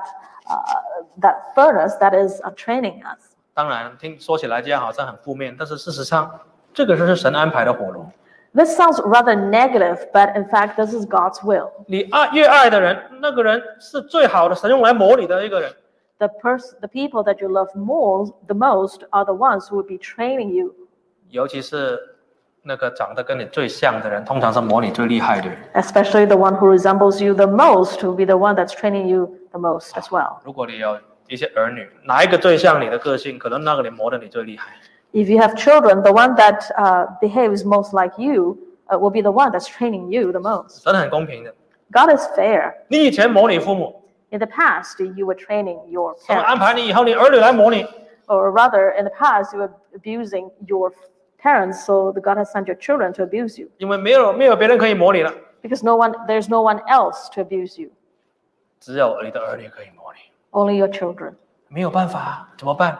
Speaker 2: uh, that furnace that is uh, training us.
Speaker 1: 当然，听说起来这样好像很负面，但是事实上，这个就是神安排的火炉。
Speaker 2: This sounds rather negative, but in fact, this is God's will.
Speaker 1: 你爱越爱的人，那个人是最好的，神用来磨你的一个人。
Speaker 2: The pers- the people that you love more, the most, are the ones who will be training you,
Speaker 1: 尤其是那个长得跟你最像的人，通常是模拟最厉害的人。
Speaker 2: especially the one who resembles you the most, who will be the one that's training you the most as well.
Speaker 1: 如果你有一些儿女，哪一个最像你的个性，可能那个人磨得你最厉害。
Speaker 2: If you have children, the one that uh, behaves most like you uh, will be the one that's training you the most.
Speaker 1: 神很公平的，
Speaker 2: God is fair.
Speaker 1: 你以前模拟父母，
Speaker 2: In the past, you were training your
Speaker 1: 他们
Speaker 2: parents.
Speaker 1: 安排你以后，你儿女来模拟，
Speaker 2: or rather in the past you were abusing your parents so the god has sent your children to abuse you
Speaker 1: 因为没有没有别人可以模拟了，
Speaker 2: because no one there's no one else to abuse you
Speaker 1: 只有你的儿女可以模拟，
Speaker 2: only your children
Speaker 1: 没有办法，怎么办？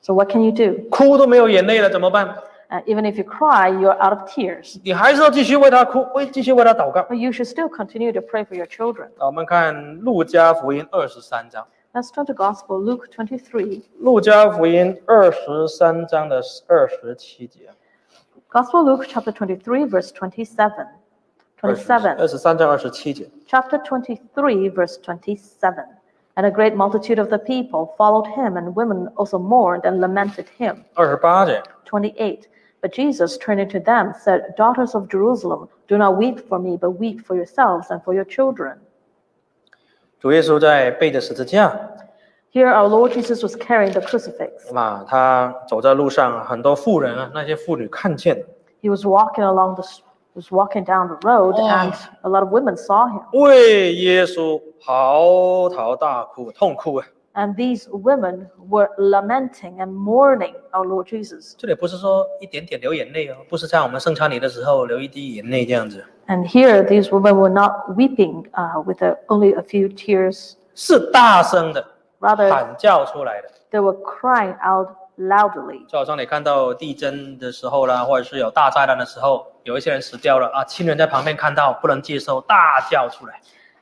Speaker 2: so what can you do
Speaker 1: 哭都没有眼泪了，怎么办？
Speaker 2: uh, even if you cry you're out of tears
Speaker 1: 你还是要继续为他哭，为继续为他祷告。
Speaker 2: but you should still continue to pray for your children
Speaker 1: 啊，我们看《路加福音》二十三章，《
Speaker 2: let's turn to gospel luke 23
Speaker 1: 路加福音》二十三章的二十七节，
Speaker 2: gospel luke chapter 23 verse 27 27
Speaker 1: 二十三章二十七节。
Speaker 2: chapter 23, verse 27. And a great multitude of the people followed him, and women also mourned and lamented him.
Speaker 1: 二十八节，
Speaker 2: 28. But Jesus, turning to them, said, Daughters of Jerusalem, do not weep for me, but weep for yourselves and for your children.
Speaker 1: 主耶稣在背着十字架，
Speaker 2: Here, our Lord Jesus was carrying the crucifix.
Speaker 1: 那他走在路上，很多妇人啊，那些妇女看见了，
Speaker 2: He was walking along the was walking down the road,
Speaker 1: Oh.
Speaker 2: and a lot of women saw him.
Speaker 1: 为耶稣嚎啕大哭，痛哭啊！
Speaker 2: And these women were lamenting and mourning our Lord Jesus.
Speaker 1: 这里不是说一点点流眼泪哦，不是在我们圣餐礼的时候流一滴眼泪这样子，
Speaker 2: And here, these women were not weeping uh, with a, only a few tears.
Speaker 1: 是大声的
Speaker 2: Rather,
Speaker 1: 喊叫出来的。
Speaker 2: they were crying out loudly.
Speaker 1: 就好像你看到地震的时候啦，或者是有大灾难的时候，有一些人死掉了啊，亲人在旁边看到不能接受，大叫出来。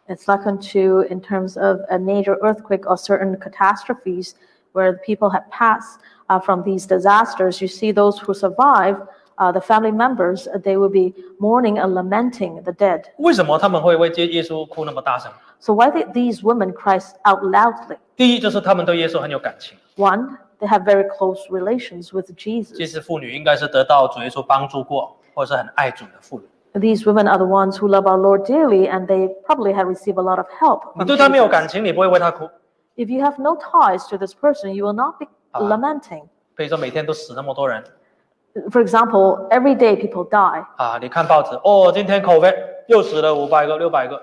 Speaker 2: It's like unto in terms of a major earthquake or certain catastrophes where the people had passed uh, from these disasters. You see, those who survive, uh, the family members, uh, they will be mourning and lamenting the dead.
Speaker 1: 为什么他们会为耶耶稣哭那么大声？
Speaker 2: So, why did these women cry out loudly?
Speaker 1: 第一就是他们对耶稣很有感情。
Speaker 2: One, they have very close relations with Jesus.
Speaker 1: 其实妇女应该是得到主耶稣帮助过，或者是很爱主的妇女。
Speaker 2: These women are the ones who love our Lord dearly, and they probably have received a lot of help.
Speaker 1: 你
Speaker 2: from
Speaker 1: 对他没有
Speaker 2: Jesus.
Speaker 1: 感情，你不会为他哭。
Speaker 2: If you have no ties to this person, you will not be lamenting.
Speaker 1: 比如说每天都死那么多人
Speaker 2: For example, every day people die.
Speaker 1: 啊，你看报纸哦，今天 COVID 又死了五百个、六百个，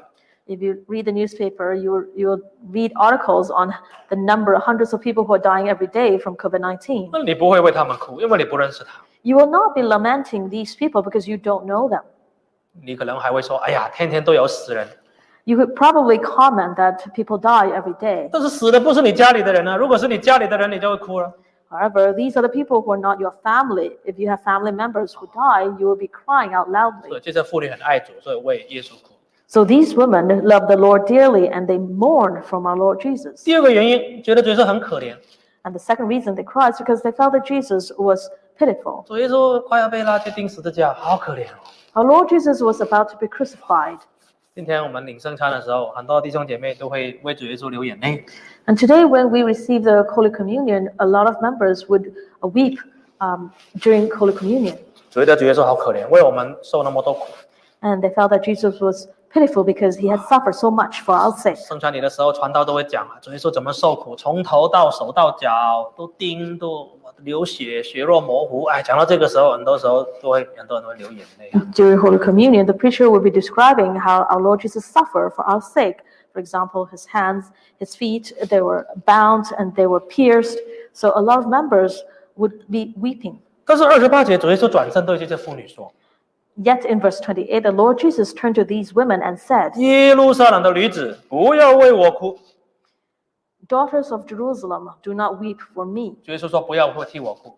Speaker 2: If you read the newspaper, you will, you will read articles on the number, hundreds of people who are dying every day from COVID 19.
Speaker 1: 那你不会为他们哭，因为你不认识他，
Speaker 2: You will not be lamenting these people because you don't know them.
Speaker 1: 你可能还会说，哎呀，天天都有死人。
Speaker 2: You could probably comment that people die every day.
Speaker 1: 但是死的不是你家里的人啊，如果是你家里的人，你就会哭了。
Speaker 2: However, these are the people who are not your family. If you have family members who die, you will be crying out loudly.
Speaker 1: 所以这些妇女很爱主，所以为耶稣哭。
Speaker 2: So these women love the Lord dearly and they mourn from our Lord Jesus.
Speaker 1: 第二个原因，觉得主耶稣很可怜，
Speaker 2: And the second reason they cried is because they felt that Jesus was pitiful.
Speaker 1: 主耶稣快要被拉去钉十字架，好可怜哦。
Speaker 2: Our Lord Jesus was about to be crucified.
Speaker 1: 今天我们领圣餐的时候，很多弟兄姐妹都会为主耶稣流眼泪。
Speaker 2: And today, when we receive the Holy Communion, a lot of members would uh, weep um, during Holy Communion.
Speaker 1: 觉得主耶稣好可怜，为我们受那么多苦。
Speaker 2: And they felt that Jesus was pitiful because he had suffered so much for our sake.
Speaker 1: 圣餐礼的时候，传道都会讲啊，主耶稣怎么受苦，从头到手到脚都钉，都流血，血肉模糊。哎，讲到这个时候，很多时候都会很多人都会流眼泪啊。
Speaker 2: During Holy Communion, the preacher will be describing how our Lord Jesus suffered for our sake. For example, his hands, his feet, they were bound and they were pierced. So a lot of members would be weeping.
Speaker 1: 但是二十八节，主耶稣转身对这些妇女说
Speaker 2: Yet in verse 28, the Lord Jesus turned to these women and said,：“
Speaker 1: 耶路撒冷的女子，不要为我哭。
Speaker 2: Daughters of Jerusalem, do not weep for me. ”
Speaker 1: 主耶稣说：“不要会替我哭。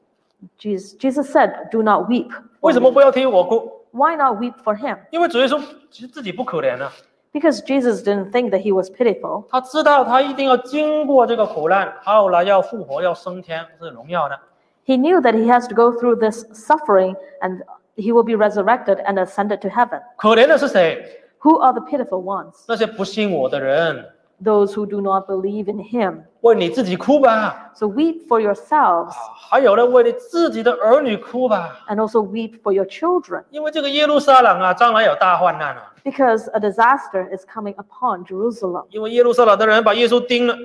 Speaker 2: Jesus, Jesus said, Do not weep. ”
Speaker 1: 为什么不要替我哭？
Speaker 2: Why not weep for him?
Speaker 1: 因为主耶稣其实自己不可怜啊，
Speaker 2: Because Jesus didn't think that he was pitiful.
Speaker 1: 他知道他一定要经过这个苦难，后来要复活，要升天，是荣耀的。
Speaker 2: He knew that he has to go through this suffering and he will be resurrected and ascended to heaven.
Speaker 1: 可怜的是谁？
Speaker 2: Who are the pitiful ones?
Speaker 1: 那些不信我的人，
Speaker 2: Those who do not believe in him.
Speaker 1: 为你自己哭吧，
Speaker 2: So weep for yourselves
Speaker 1: 还有呢，为你自己的儿女哭吧，
Speaker 2: and also weep for your children
Speaker 1: 因为这个耶路撒冷啊，将来有大患难啊，
Speaker 2: because a disaster is coming upon Jerusalem.
Speaker 1: 因为耶路撒冷的人把耶稣钉了，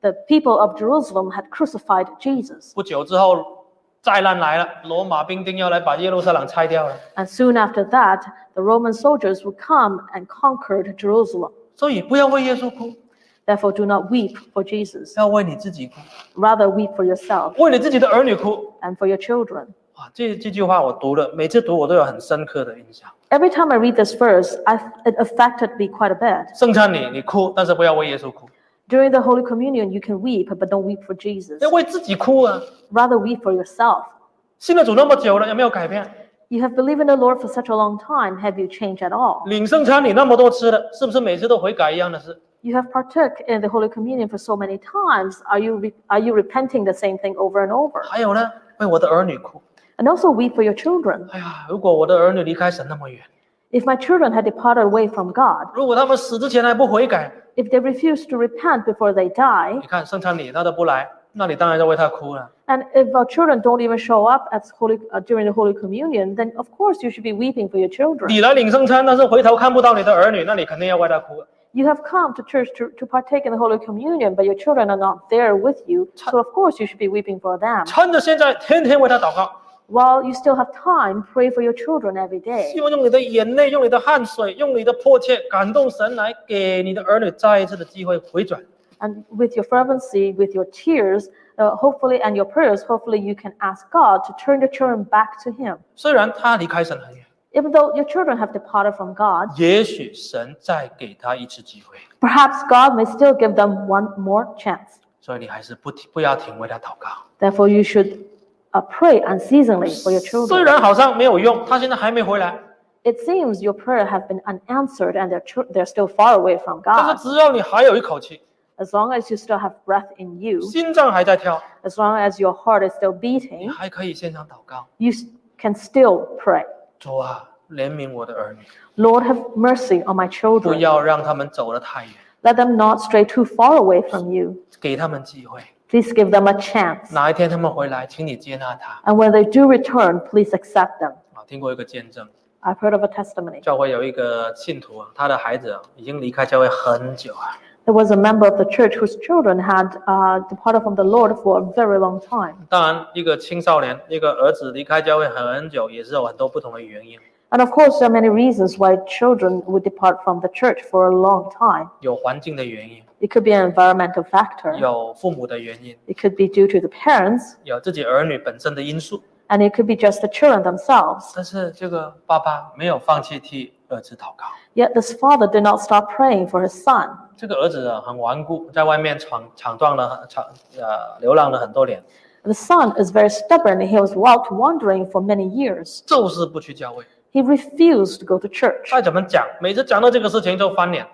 Speaker 2: The people of Jerusalem had crucified Jesus.
Speaker 1: 不久之后，灾难来了，罗马兵丁要来把耶路撒冷拆掉了。
Speaker 2: And soon after that, the Roman soldiers would come and conquered Jerusalem.
Speaker 1: 所以不要为耶稣哭，
Speaker 2: Therefore, do not weep for Jesus.
Speaker 1: 要为你自己哭，
Speaker 2: Rather, weep for yourself
Speaker 1: 为你自己的儿女哭。
Speaker 2: and for your children.
Speaker 1: 哇，这这句话我读了，每次读我都有很深刻的印象。
Speaker 2: Every time I read this verse, I, it affected me quite a bit.
Speaker 1: 圣餐你你哭，但是不要为耶稣哭，
Speaker 2: During the Holy Communion, you can weep, but don't weep for Jesus.
Speaker 1: 要为自己哭啊！
Speaker 2: Rather, weep for yourself.
Speaker 1: 信了主那么久了，有没有改变？
Speaker 2: You have believed in the Lord for such a long time. Have you changed at all?
Speaker 1: 领圣餐你那么多次了，是不是每次都悔改一样的事？
Speaker 2: You have partook in the Holy Communion for so many times. Are you re- are you repenting the same thing over and over?
Speaker 1: 还有呢，为我的儿女哭。
Speaker 2: And also weep for your children.
Speaker 1: 哎呀，如果我的儿女离开神那么远，
Speaker 2: If my children had departed away from God,
Speaker 1: 如果他们死之前还不悔改，
Speaker 2: if they refuse to repent before they die,
Speaker 1: 你看圣餐你他都不来，那你当然要为他哭了。
Speaker 2: and if our children don't even show up at Holy uh, during the Holy Communion, then of course you should be weeping for your children.
Speaker 1: 你来领圣餐，但是回头看不到你的儿女，那你肯定要为他哭。
Speaker 2: You have come to church to, to partake in the Holy Communion, but your children are not there with you, so of course you should be weeping for them.
Speaker 1: 趁着现在，天天为他祷告，
Speaker 2: While you still have time, pray for your children every day.
Speaker 1: 希望用你的眼泪，用你的汗水，用你的迫切感动神来给你的儿女再一次的机会回转。
Speaker 2: and with your fervency, with your tears, uh, hopefully, and your prayers, hopefully you can ask God to turn your children back to Him.
Speaker 1: 虽然他离开神很远，
Speaker 2: Even though your children have departed from God,
Speaker 1: 也许神再给他一次机会，
Speaker 2: perhaps God may still give them one more chance.
Speaker 1: 所以你还是不停不要停为他祷告。
Speaker 2: Therefore, you should uh, pray unceasingly for your
Speaker 1: 虽
Speaker 2: children.
Speaker 1: 然好像没有用，他现在还没回来，
Speaker 2: It seems your prayer have been unanswered, and they're chil- they're still far away from
Speaker 1: 但
Speaker 2: God.
Speaker 1: 是只要你还有一口气，
Speaker 2: As long as you still have breath in you,
Speaker 1: 心脏还在跳，
Speaker 2: as long as your heart is still
Speaker 1: 你
Speaker 2: beating,
Speaker 1: 还可以献上祷告。
Speaker 2: you s- can still pray.
Speaker 1: 主啊，怜悯我的儿女，
Speaker 2: Lord, have mercy on my
Speaker 1: 不
Speaker 2: children.
Speaker 1: 要让他们走得太远，
Speaker 2: Let them not stray too far away from you.
Speaker 1: 给他们机会。
Speaker 2: Please give them a chance.
Speaker 1: 哪一天他们回来，请你接纳他。
Speaker 2: And when they do return, please accept them.
Speaker 1: 啊，听过一个见证，
Speaker 2: I've heard of a testimony.
Speaker 1: 教会有一个信徒啊，他的孩子啊已经离开教会很久啊，
Speaker 2: There was a member of the church whose children had uh, departed from the Lord for a very long time.
Speaker 1: 当然，一个青少年，一个儿子离开教会很久，也是有很多不同的原因，
Speaker 2: And of course, there are many reasons why children would depart from the church for a long time.
Speaker 1: 有环境的原因，
Speaker 2: It could be an environmental factor,
Speaker 1: 有父母的原因，
Speaker 2: it could be due to the parents,
Speaker 1: 有自己儿女本身的因素。
Speaker 2: and it could be just the children themselves.
Speaker 1: 但是这个爸爸没有放弃替儿子祷告，
Speaker 2: Yet this father did not stop praying for his son.
Speaker 1: 这个儿子啊很顽固，在外面闯闯荡了闯呃流浪了很多年，
Speaker 2: The son is very stubborn. He was out wandering for many years.
Speaker 1: 就是不去教会。
Speaker 2: He refused to go to church.
Speaker 1: 再怎么讲，每次讲到这个事情就翻脸，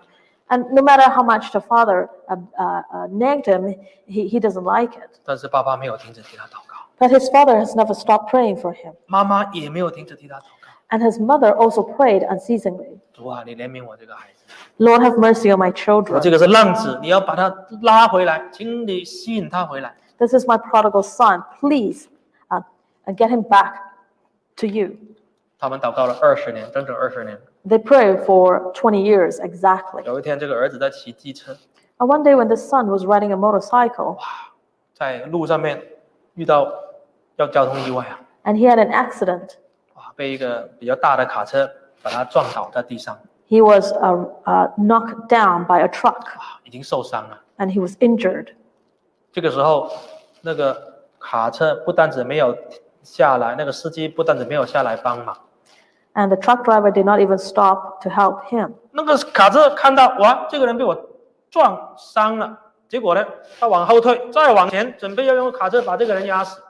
Speaker 2: And no matter how much the father uh, uh, uh, nagged him, he, he doesn't like it.
Speaker 1: 但是爸爸没有停止替他祷告。
Speaker 2: But his father has never stopped praying for him.
Speaker 1: 妈妈也没有停止替他祷告。
Speaker 2: And his mother also prayed unceasingly
Speaker 1: 主啊，你怜悯我这个孩子，
Speaker 2: Lord, have mercy on my
Speaker 1: 我这
Speaker 2: children.
Speaker 1: 个是浪子，你要把他拉回来，请你吸引他回来。
Speaker 2: This is my prodigal son. Please uh, and get him back to you.
Speaker 1: 他们祷告了二十年，整整二十年。
Speaker 2: They prayed for 20 years exactly.
Speaker 1: 有一天，这个儿子在骑机车，
Speaker 2: And one day when the son was riding a motorcycle
Speaker 1: 在路上面遇到要交通意外啊，
Speaker 2: and he had an accident,
Speaker 1: 哇，被一个比较大的卡车把他撞倒在地上，
Speaker 2: he was uh, uh, knocked down by a truck
Speaker 1: 啊，已经受伤了。
Speaker 2: and he was injured.
Speaker 1: 这个时候，那个卡车不单止没有下来，那个司机不单止没有下来帮忙，
Speaker 2: And the truck driver did not even stop to help him.
Speaker 1: 那个卡车看到哇，这个人被我撞伤了，结果呢，他往后退，再往前，准备要用卡车把这个人压死。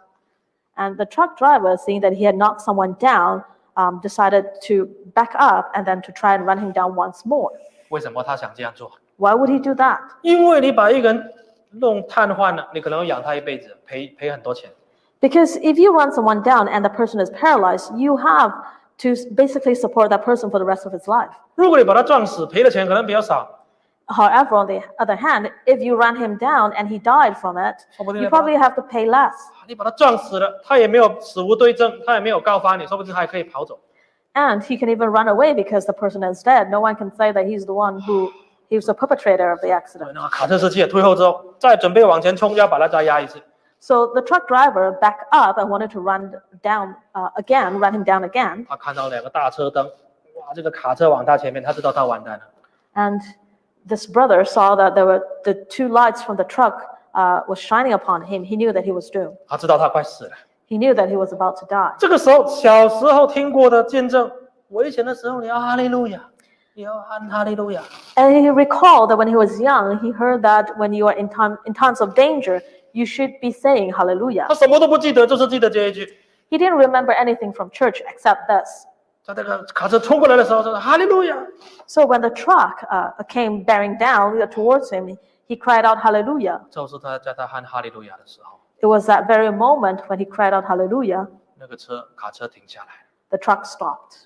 Speaker 2: And the truck driver, seeing that he had knocked someone down, um, decided to back up and then to try and run him down once more.
Speaker 1: 为什么他想这样做？
Speaker 2: Why would he do that?
Speaker 1: 因为你把一个人弄瘫痪了，你可能要养他一辈子，赔赔很多钱。
Speaker 2: Because if you run someone down and the person is paralyzed, you have to s- basically support that person for the rest of his life.
Speaker 1: 如果你把他撞死，赔的钱可能比较少，
Speaker 2: However, on the other hand, if you ran him down and he died from it,
Speaker 1: Somebody
Speaker 2: you
Speaker 1: like
Speaker 2: probably have to pay less.
Speaker 1: 你把他撞死了，他也没有死无对证，他也没有告发你，说不定他还可以跑走。
Speaker 2: And he can even run away because the person is dead. No one can say that he's the one who he was the perpetrator of the accident.
Speaker 1: 那卡车司机也退后之后，再准备往前冲，要把他再压一次。
Speaker 2: So the truck driver backed up and wanted to run down uh, again, run him down again.
Speaker 1: 他看到两个大车灯，哇，这个卡车往他前面，他知道他完蛋了。
Speaker 2: And this brother saw that there were the two lights from the truck uh, was shining upon him. He knew that he was doomed.
Speaker 1: 他知道他快死了。
Speaker 2: He knew that he was about to die.
Speaker 1: 这个时候，小时候听过的见证，危险的时候你要哈利路亚，你要喊哈利路亚。
Speaker 2: And he recalled that when he was young, he heard that when you are in time in times of danger, you should be saying hallelujah.
Speaker 1: 他什么都不记得，就是记得这一句。
Speaker 2: He didn't remember anything from church except this.
Speaker 1: 在那个卡车冲过来的时候，就是哈利路亚。
Speaker 2: So when the truck uh, came bearing down towards him, he cried out hallelujah.
Speaker 1: 就是他在他喊哈利路亚的时候，
Speaker 2: It was that very moment when he cried out hallelujah,
Speaker 1: 那个车卡车停下来，
Speaker 2: the truck stopped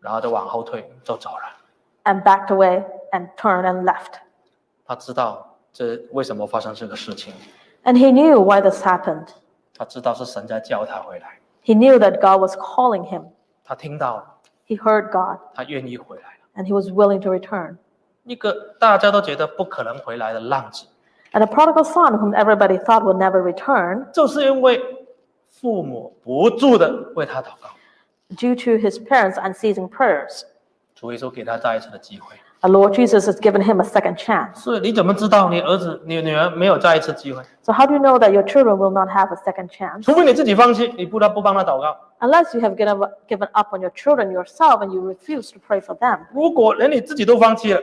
Speaker 1: 然后就往后退，就走了。
Speaker 2: and backed away and turned and left.
Speaker 1: 他知道这为什么发生这个事情，
Speaker 2: And he knew why this happened.
Speaker 1: 他知道是神在叫他回来，
Speaker 2: He knew that God was calling him.
Speaker 1: 他听到了，
Speaker 2: He heard God
Speaker 1: 他愿意回来了。
Speaker 2: and he was willing to return.
Speaker 1: 一个大家都觉得不可能回来的浪子，
Speaker 2: And the prodigal son, whom everybody thought would never return,
Speaker 1: 就是因为父母不住的为他祷告，
Speaker 2: due to his parents' unceasing prayers,
Speaker 1: 主耶稣给他再一次的机会。
Speaker 2: the Lord Jesus has given him a second chance.
Speaker 1: 所以你怎么知道你儿子、你女儿没有再一次机会？
Speaker 2: So, how do you know that your children will not have a second chance?
Speaker 1: 除非你自己放弃，你不但不帮他祷告。
Speaker 2: Unless you have given up, given up on your children yourself and you refuse to pray for them.
Speaker 1: 如果连你自己都放弃了，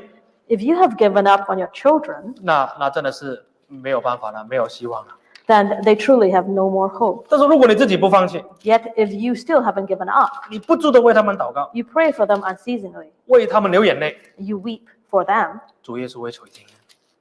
Speaker 2: If you have given up on your children,
Speaker 1: 那那真的是没有办法了，没有希望了。
Speaker 2: then they truly have no more hope.
Speaker 1: 但是如果你自己不放弃，
Speaker 2: Yet, if you still haven't given up,
Speaker 1: 你不住的为他们祷告，
Speaker 2: you pray for them unceasingly,
Speaker 1: 为他们流眼泪，
Speaker 2: you weep for them.
Speaker 1: 主耶稣会垂听，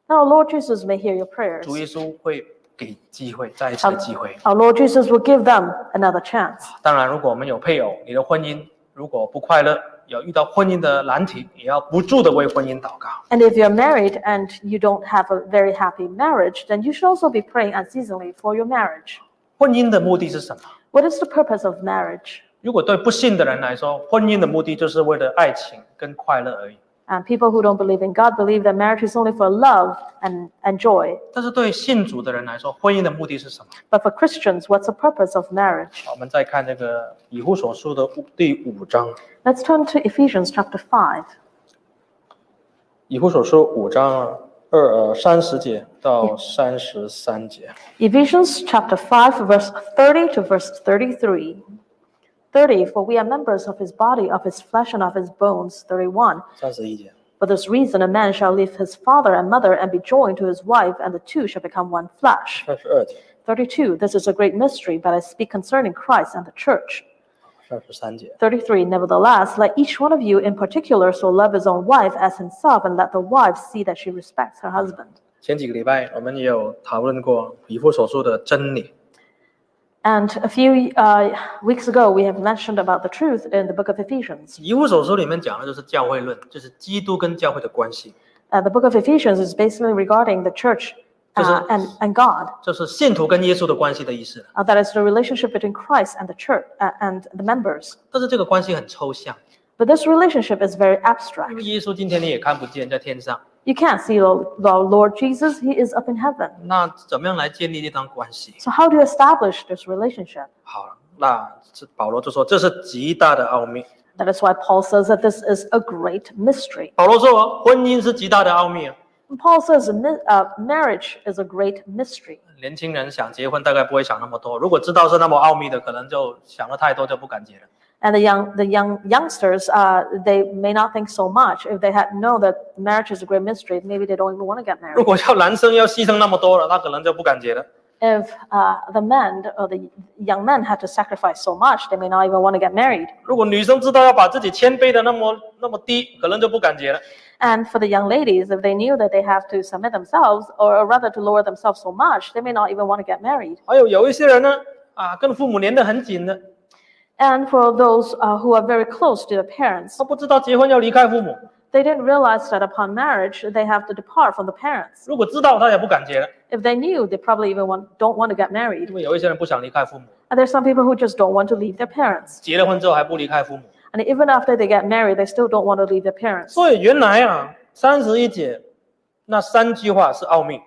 Speaker 2: Now, Lord Jesus may hear your prayers.
Speaker 1: 主耶稣会给机会，再一次的机会。
Speaker 2: Our Lord Jesus will give them another chance.
Speaker 1: 当然，如果我们有配偶，你的婚姻如果不快乐，有遇到婚姻的难题，也要不住的为婚姻祷告。
Speaker 2: And if you're married and you don't have a very happy marriage, then you should also be praying unceasingly for your marriage.
Speaker 1: 婚姻的目的是什么？
Speaker 2: What is the purpose of marriage?
Speaker 1: 如果对不信的人来说，婚姻的目的就是为了爱情跟快乐而已；
Speaker 2: And people who don't believe in God believe that marriage is only for love and, and joy.
Speaker 1: 但是对信主的人来说，婚姻的目的是什么？
Speaker 2: But for Christians, what's the purpose of marriage?
Speaker 1: 好我们再看这个以乎所书的五第五章，
Speaker 2: Let's turn to Ephesians chapter 5,
Speaker 1: 以乎所书五章二呃三十节到三十三节。
Speaker 2: Ephesians chapter 5, verse 30 to verse 33. 30, for we are members of his body, of his flesh, and of his bones. 31.
Speaker 1: 三十一节，
Speaker 2: For this reason, a man shall leave his father and mother and be joined to his wife, and the two shall become one flesh.
Speaker 1: 三十二节，
Speaker 2: 32. This is a great mystery, but I speak concerning Christ and the church.
Speaker 1: 三十三节，
Speaker 2: 33. Nevertheless, let each one of you in particular so love his own wife as himself, and let the wife see that she respects her husband.
Speaker 1: 前几个礼拜我们也有讨论过以父所说的真理，
Speaker 2: And a few uh, weeks ago, we have mentioned about the truth in the book of Ephesians.
Speaker 1: 以父所书里面讲的就是教会论，就是基督跟教会的关系，
Speaker 2: Uh, the book of Ephesians is basically regarding the church uh,
Speaker 1: Doesn't-
Speaker 2: and, and God.
Speaker 1: 就是信徒跟耶稣的关系的意思。
Speaker 2: Uh, that is the relationship between Christ and the church uh, and the members.
Speaker 1: 但是这个关系很抽象，
Speaker 2: But this relationship is very
Speaker 1: 因
Speaker 2: abstract.
Speaker 1: 为耶稣今天你也看不见在天上，
Speaker 2: You can't see the the Lord Jesus, He is up in heaven.
Speaker 1: 那怎么样来建立这段关系？
Speaker 2: So, how do you establish this relationship?
Speaker 1: 好，那这保罗就说这是极大的奥秘。
Speaker 2: That is why Paul says that this is a great mystery.
Speaker 1: 保罗说哦，婚姻是极大的奥秘啊。
Speaker 2: And Paul says mi- uh, marriage is a great mystery.
Speaker 1: 年轻人想结婚，大概不会想那么多。如果知道是那么奥秘的，可能就想的太多，就不敢结了。
Speaker 2: And the young, the young youngsters, uh, they may not think so much if they had known that marriage is a great mystery. Maybe they don't even want to get
Speaker 1: 如
Speaker 2: married.
Speaker 1: 果要男生要牺牲那么多了，他可能就不敢结了。
Speaker 2: If uh, the men or the young men had to sacrifice so much, they may not even want to get married.
Speaker 1: 如果女生知道要把自己谦卑的那么那么低，可能就不敢结了。
Speaker 2: And for the young ladies, if they knew that they have to submit themselves, or rather to lower themselves so much, they may not even want to get married.
Speaker 1: 还有有一些人呢，啊，跟父母粘得很紧的，
Speaker 2: And for those uh, who are very close to their parents,
Speaker 1: 他不知道结婚要离开父母。
Speaker 2: they didn't realize that upon marriage they have to depart from the parents.
Speaker 1: 如果知道，他也不敢结了，
Speaker 2: If they knew, they probably even want, don't want to get married.
Speaker 1: 因为有一些人不想离开父母，
Speaker 2: And there's some people who just don't want to leave their parents.
Speaker 1: 结了婚之后还不离开父母。
Speaker 2: And even after they get married, they still don't want to leave their parents.
Speaker 1: 所以原来啊，三十一节那三句话是奥秘，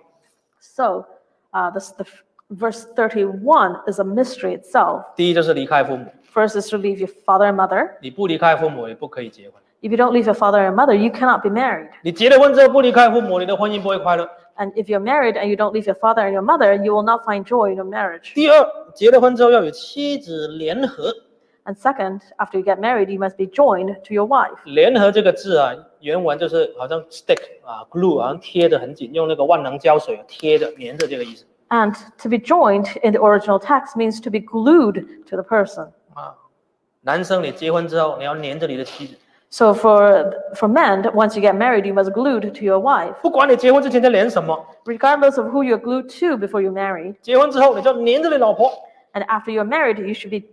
Speaker 2: So, uh, this, the f- verse 31 is a mystery itself.
Speaker 1: 第一就是离开父母，
Speaker 2: First is to leave your father and mother.
Speaker 1: 你不离开父母也不可以结婚。
Speaker 2: If you don't leave your father and mother, you cannot be married.
Speaker 1: 你结了婚之后不离开父母，你的婚姻不会快乐。
Speaker 2: And if you're married and you don't leave your father and your mother, you will not find joy in your marriage.
Speaker 1: 第二，结了婚之后要与妻子联合，
Speaker 2: And second, after you get married, you must be joined to your wife.
Speaker 1: 联合这个字啊，原文就是好像 stick 啊 glue，好像贴得很紧，用那个万能胶水贴着粘着这个意思
Speaker 2: And to be joined in the original text means to be glued to the person.
Speaker 1: 啊。男生你结婚之后，你要粘着你的妻子，
Speaker 2: So for for men, once you get married, you must glued to your wife.
Speaker 1: 不管你结婚之前在粘什么，
Speaker 2: Regardless of who you're glued to before you're married,
Speaker 1: 结婚之后你就粘着你老婆。
Speaker 2: and after you're married, you should be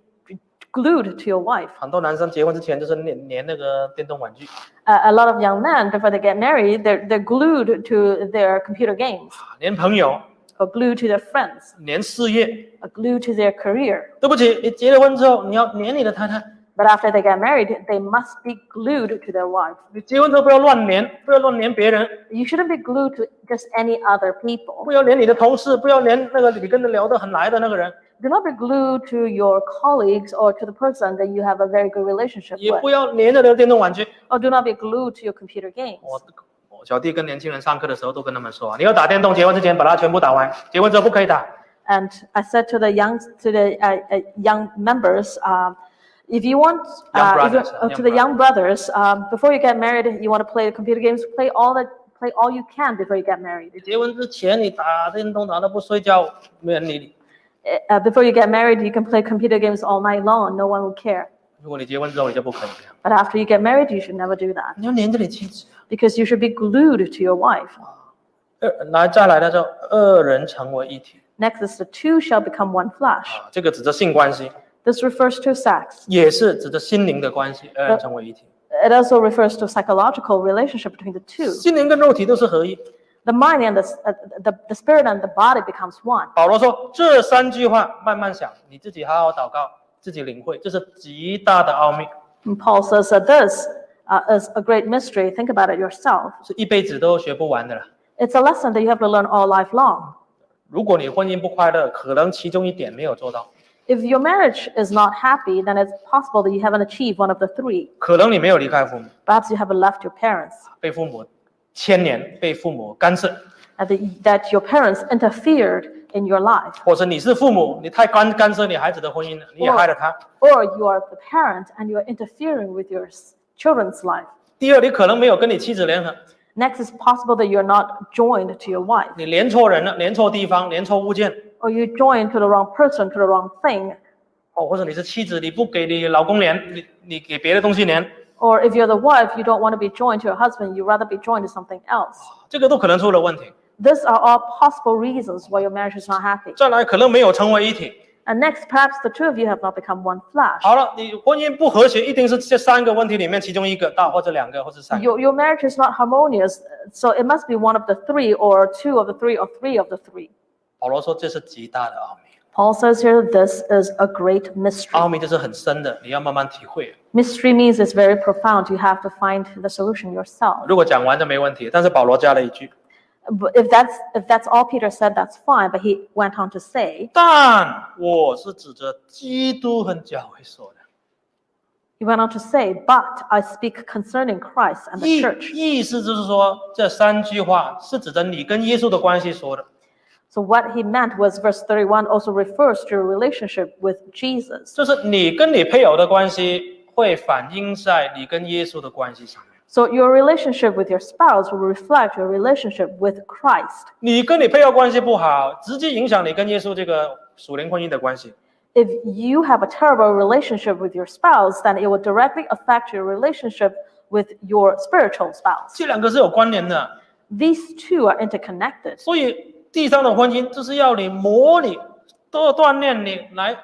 Speaker 2: glued to your wife.
Speaker 1: 很多男生结婚之前就是粘粘那个电动玩具，
Speaker 2: Uh, A a lot of young men, before they get married, they're, they're glued to their computer games,
Speaker 1: 啊粘朋友，
Speaker 2: or glued to their friends,
Speaker 1: 粘事业。
Speaker 2: or glued to their career.
Speaker 1: 对不起，你结了婚之后，你要粘你的太太。
Speaker 2: But after they get married, they must be glued to their wife.
Speaker 1: 你结婚之后不要乱粘，不要乱粘别人，
Speaker 2: You shouldn't be glued to just any other people.
Speaker 1: 不要粘你的同事，不要粘那个你跟他聊得很来的那个人，
Speaker 2: Do not be glued to your colleagues or to the person that you have a very good relationship
Speaker 1: 也
Speaker 2: with.
Speaker 1: 不要粘着那个电动玩具。
Speaker 2: or do not be glued to your computer games.
Speaker 1: 我我小弟跟年轻人上课的时候都跟他们说啊，你要打电动，结婚之前把它全部打完，结婚之后不可以打。
Speaker 2: And I said to the young to the uh, uh, young members, um, if you want,
Speaker 1: Young
Speaker 2: uh, if you-
Speaker 1: brothers,
Speaker 2: uh,
Speaker 1: young
Speaker 2: to the young brothers, um, before you get married, you want to play computer games, play all the play all you can before you get married.
Speaker 1: 你结婚之前你打电动打到不睡觉，没人理你。
Speaker 2: Uh, before you get married, you can play computer games all night long. No one will care.
Speaker 1: 如果你结婚之后，你就不可以这样，
Speaker 2: But after you get married, you should never do that
Speaker 1: 你要粘着你妻子。啊
Speaker 2: because you should be glued to your wife.
Speaker 1: 二呃来再来的时候，二人成为一体
Speaker 2: Next is the two shall become one flesh.
Speaker 1: 啊，这个指着性关系，
Speaker 2: This refers to sex.
Speaker 1: 也是指着心灵的关系，二人成为一体。
Speaker 2: It also refers to psychological relationship between the two.
Speaker 1: 心灵跟肉体都是合一。
Speaker 2: the mind and the, uh, the, the spirit and the body becomes one
Speaker 1: 保罗说这三句话，慢慢想，你自己好好祷告，自己领会，这是极大的奥秘，
Speaker 2: and paul says that this uh, is a great mystery think about it yourself
Speaker 1: 是一辈子都学不完的了。
Speaker 2: it's a lesson that you have to learn all life long
Speaker 1: 如果你婚姻不快乐，可能其中一点没有做到，
Speaker 2: if your marriage is not happy then it's possible that you haven't achieved one of the three
Speaker 1: 可能你没有离开父母，
Speaker 2: perhaps you haven't left your parents
Speaker 1: 被父母牵连，被父母干涉，
Speaker 2: and that, that your parents interfered in your life
Speaker 1: 或是你是父母，你太干干涉你孩子的婚姻了，你也害了他。
Speaker 2: or you are the parent and you're interfering with your s- children's life
Speaker 1: 第二，你可能没有跟你妻子联合，
Speaker 2: next it's possible that you're not joined to your wife
Speaker 1: 你连错人了，连错地方，连错物件，
Speaker 2: or you joined to the wrong person to the wrong thing
Speaker 1: 哦，或者你是妻子，你不给你老公连，你你给别的东西连，
Speaker 2: Or if you're the wife, you don't want to be joined to your husband, you'd rather be joined to something else.
Speaker 1: 这个都可能出了问题。
Speaker 2: These are all possible reasons why your marriage is not happy.
Speaker 1: 再来，可能没有成为一体。
Speaker 2: And next, perhaps the two of you have not become one flesh.
Speaker 1: 好了，你婚姻不和谐，一定是这三个问题里面其中一个大，或者两个，或者三个。
Speaker 2: Your, your marriage is not harmonious, so it must be one of the three, or two of the three, or three of the three.
Speaker 1: 保罗说这是极大的奥秘，
Speaker 2: Paul says here, this is a great mystery.
Speaker 1: 奥秘这是很深的，你要慢慢体会。
Speaker 2: mystery means it's very profound. You have to find the solution yourself.
Speaker 1: 如果讲完就没问题，但是保罗加了一句：
Speaker 2: But if that's if that's all Peter said, that's fine. But he went on to say,
Speaker 1: 但我是指着基督和教会说的，
Speaker 2: he went on to say, but I speak concerning Christ and the
Speaker 1: 意
Speaker 2: church.
Speaker 1: 意思就是说这三句话是指着你跟耶稣的关系说的。
Speaker 2: So what he meant was verse 31 also refers to your relationship with Jesus.
Speaker 1: 就是你跟你配偶的关系会反映在你跟耶稣的关系上面，
Speaker 2: So your relationship with your spouse will reflect your relationship with Christ.
Speaker 1: 你跟你配偶关系不好，直接影响你跟耶稣这个属灵婚姻的关系。
Speaker 2: If you have a terrible relationship with your spouse, then it will directly affect your relationship with your spiritual spouse.
Speaker 1: 这两个是有关联的，
Speaker 2: These two are interconnected.
Speaker 1: 所以地上的婚姻就是要你磨你，多锻炼你来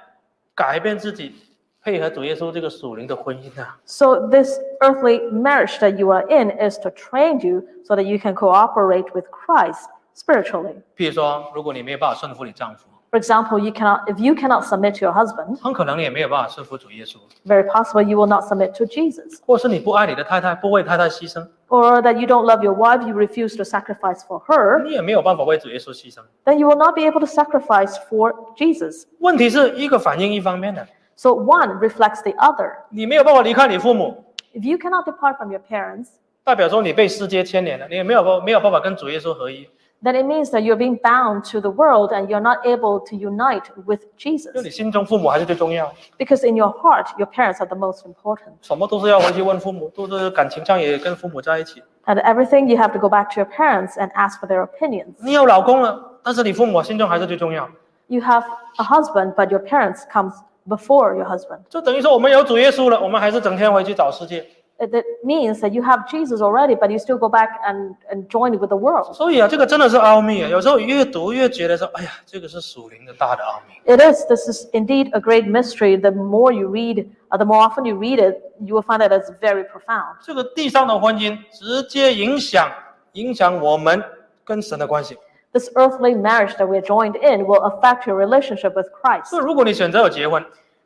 Speaker 1: 改变自己，配合主耶稣这个属灵的婚姻啊。
Speaker 2: So this earthly marriage that you are in is to train you so that you can cooperate with Christ spiritually.
Speaker 1: 譬如说，如果你没有办法顺服你丈夫，
Speaker 2: For example, you cannot, if you cannot submit to your husband,
Speaker 1: 很可能你也没有办法说服主耶稣，
Speaker 2: very possible you will not submit to Jesus.
Speaker 1: 或是你不爱你的太太，不为太太牺牲，
Speaker 2: Or that you don't love your wife, you refuse to sacrifice for her,
Speaker 1: 你也没有办法为主耶稣牺牲。
Speaker 2: then you will not be able to sacrifice for Jesus.
Speaker 1: 问题是一个反映一方面的，
Speaker 2: So one reflects the other.
Speaker 1: 你没有办法离开你父母，
Speaker 2: If you cannot depart from your parents,
Speaker 1: 代表说你被世界牵连了，你也没有办没有办法跟主耶稣合一，
Speaker 2: then it means that you're being bound to the world and you're not able to unite with
Speaker 1: 就你
Speaker 2: Jesus.
Speaker 1: 心中父母还是最重要，
Speaker 2: Because in your heart, your parents are the most important.
Speaker 1: 什么都是要回去问父母，都是感情上也跟父母在一起。
Speaker 2: And everything, you have to go back to your parents and ask for their opinions.
Speaker 1: 你有老公了，但是你父母心中还是最重要。
Speaker 2: You have a husband, but your parents comes before your husband.
Speaker 1: 就等于说我们有主耶稣了，我们还是整天回去找世界。
Speaker 2: It it means that you have Jesus already, but you still go back and, and join with the world.
Speaker 1: 所以啊，这个真的是奥秘啊！有时候越读越觉得说，哎呀，这个是属灵的大的奥秘。
Speaker 2: It is, this is indeed a great mystery. The more you read, uh, the more often you read it, you will find that it's very profound.
Speaker 1: 这个地上的婚姻直接影响影响我们跟神的关系。
Speaker 2: This earthly marriage that we're joined in will affect your relationship with Christ.
Speaker 1: 所以，如果你选择有结婚，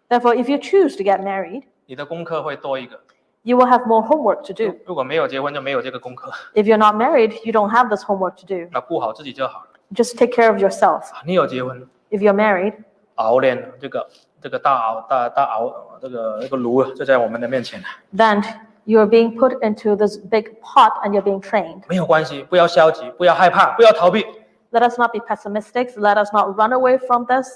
Speaker 2: Therefore, if you choose to get married,
Speaker 1: 你的功课会多一个；
Speaker 2: you will have more homework to do.
Speaker 1: 如果没有结婚，就没有这个功课。
Speaker 2: If you're not married, you don't have this homework to do.
Speaker 1: 那顾好自己就好了。
Speaker 2: Just take care of yourself.
Speaker 1: 你有结婚，
Speaker 2: If you're married,
Speaker 1: 熬炼这个这个大熬大大熬这个这个炉啊就在我们的面前了，
Speaker 2: then you're being put into this big pot and you're being trained.
Speaker 1: 没有关系，不要消极，不要害怕，不要逃避。
Speaker 2: Let us not be pessimistic. Let us not run away from this.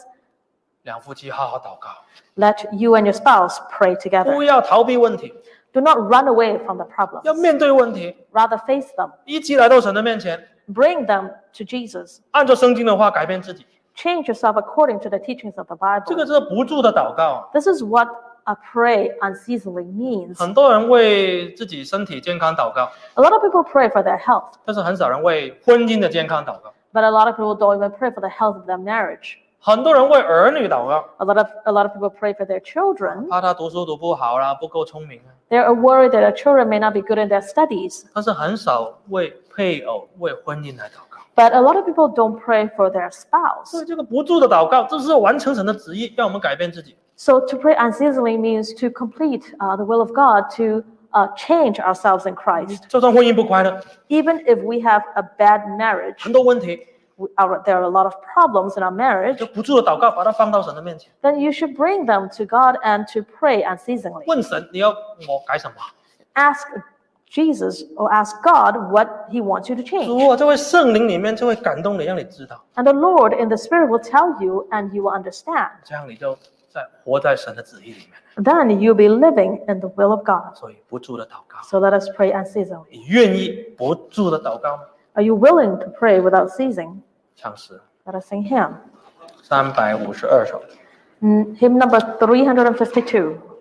Speaker 1: 两夫妻好好祷告，
Speaker 2: Let you and your spouse pray
Speaker 1: 不
Speaker 2: together.
Speaker 1: 要逃避问题，
Speaker 2: Do not run away from the
Speaker 1: 要
Speaker 2: problems.
Speaker 1: 面对问题，
Speaker 2: Rather face them.
Speaker 1: 一起来到神的面前，
Speaker 2: Bring them to Jesus.
Speaker 1: 按照圣经的话改变自己。
Speaker 2: Change yourself according to the teachings of the
Speaker 1: 这个
Speaker 2: Bible.
Speaker 1: 是不住的祷告。啊
Speaker 2: This is what a pray unceasingly means.
Speaker 1: 很多人为自己身体健康祷告，
Speaker 2: A lot of people pray for their health,
Speaker 1: 但是很少人为婚姻的健康祷告。
Speaker 2: but a lot of people don't even pray for the health of their marriage.
Speaker 1: 很多人为儿女祷告，
Speaker 2: A lot of a lot of people pray for their children.
Speaker 1: 怕他读书读不好啦，不够聪明啊。
Speaker 2: They are worried that their children may not be good in their studies.
Speaker 1: 但是很少为配偶、为婚姻来祷告。
Speaker 2: But a lot of people don't pray for their
Speaker 1: 所
Speaker 2: spouse.
Speaker 1: 以这个不住的祷告，这是完成神的旨意，让我们改变自己。
Speaker 2: So to pray unceasingly means to complete uh, the will of God, to uh, change ourselves in Christ.
Speaker 1: 就算婚姻不快乐，
Speaker 2: Even if we have a bad marriage,
Speaker 1: 很多问题，
Speaker 2: we- our, there are a lot of problems in our marriage,
Speaker 1: 就不住的祷告，把它放到神的面前，
Speaker 2: then you should bring them to God and to pray unceasingly.
Speaker 1: 问神你要我改什么？
Speaker 2: Ask Jesus or ask God what He wants you
Speaker 1: 主
Speaker 2: to change.
Speaker 1: 啊，这位圣灵里面就会感动你，让你知道，
Speaker 2: And the Lord in the Spirit will tell you and you will understand.
Speaker 1: 这样你就在活在神的旨意里面。
Speaker 2: Then you'll be living in the will of God.
Speaker 1: 所以不住的祷告，
Speaker 2: So let us pray unceasingly.
Speaker 1: 你愿意不住的祷告吗？
Speaker 2: Are you willing to pray without ceasing?
Speaker 1: 唱诗
Speaker 2: Let us sing hymn.
Speaker 1: 三百五十二首。
Speaker 2: Mm, Hymn number 352.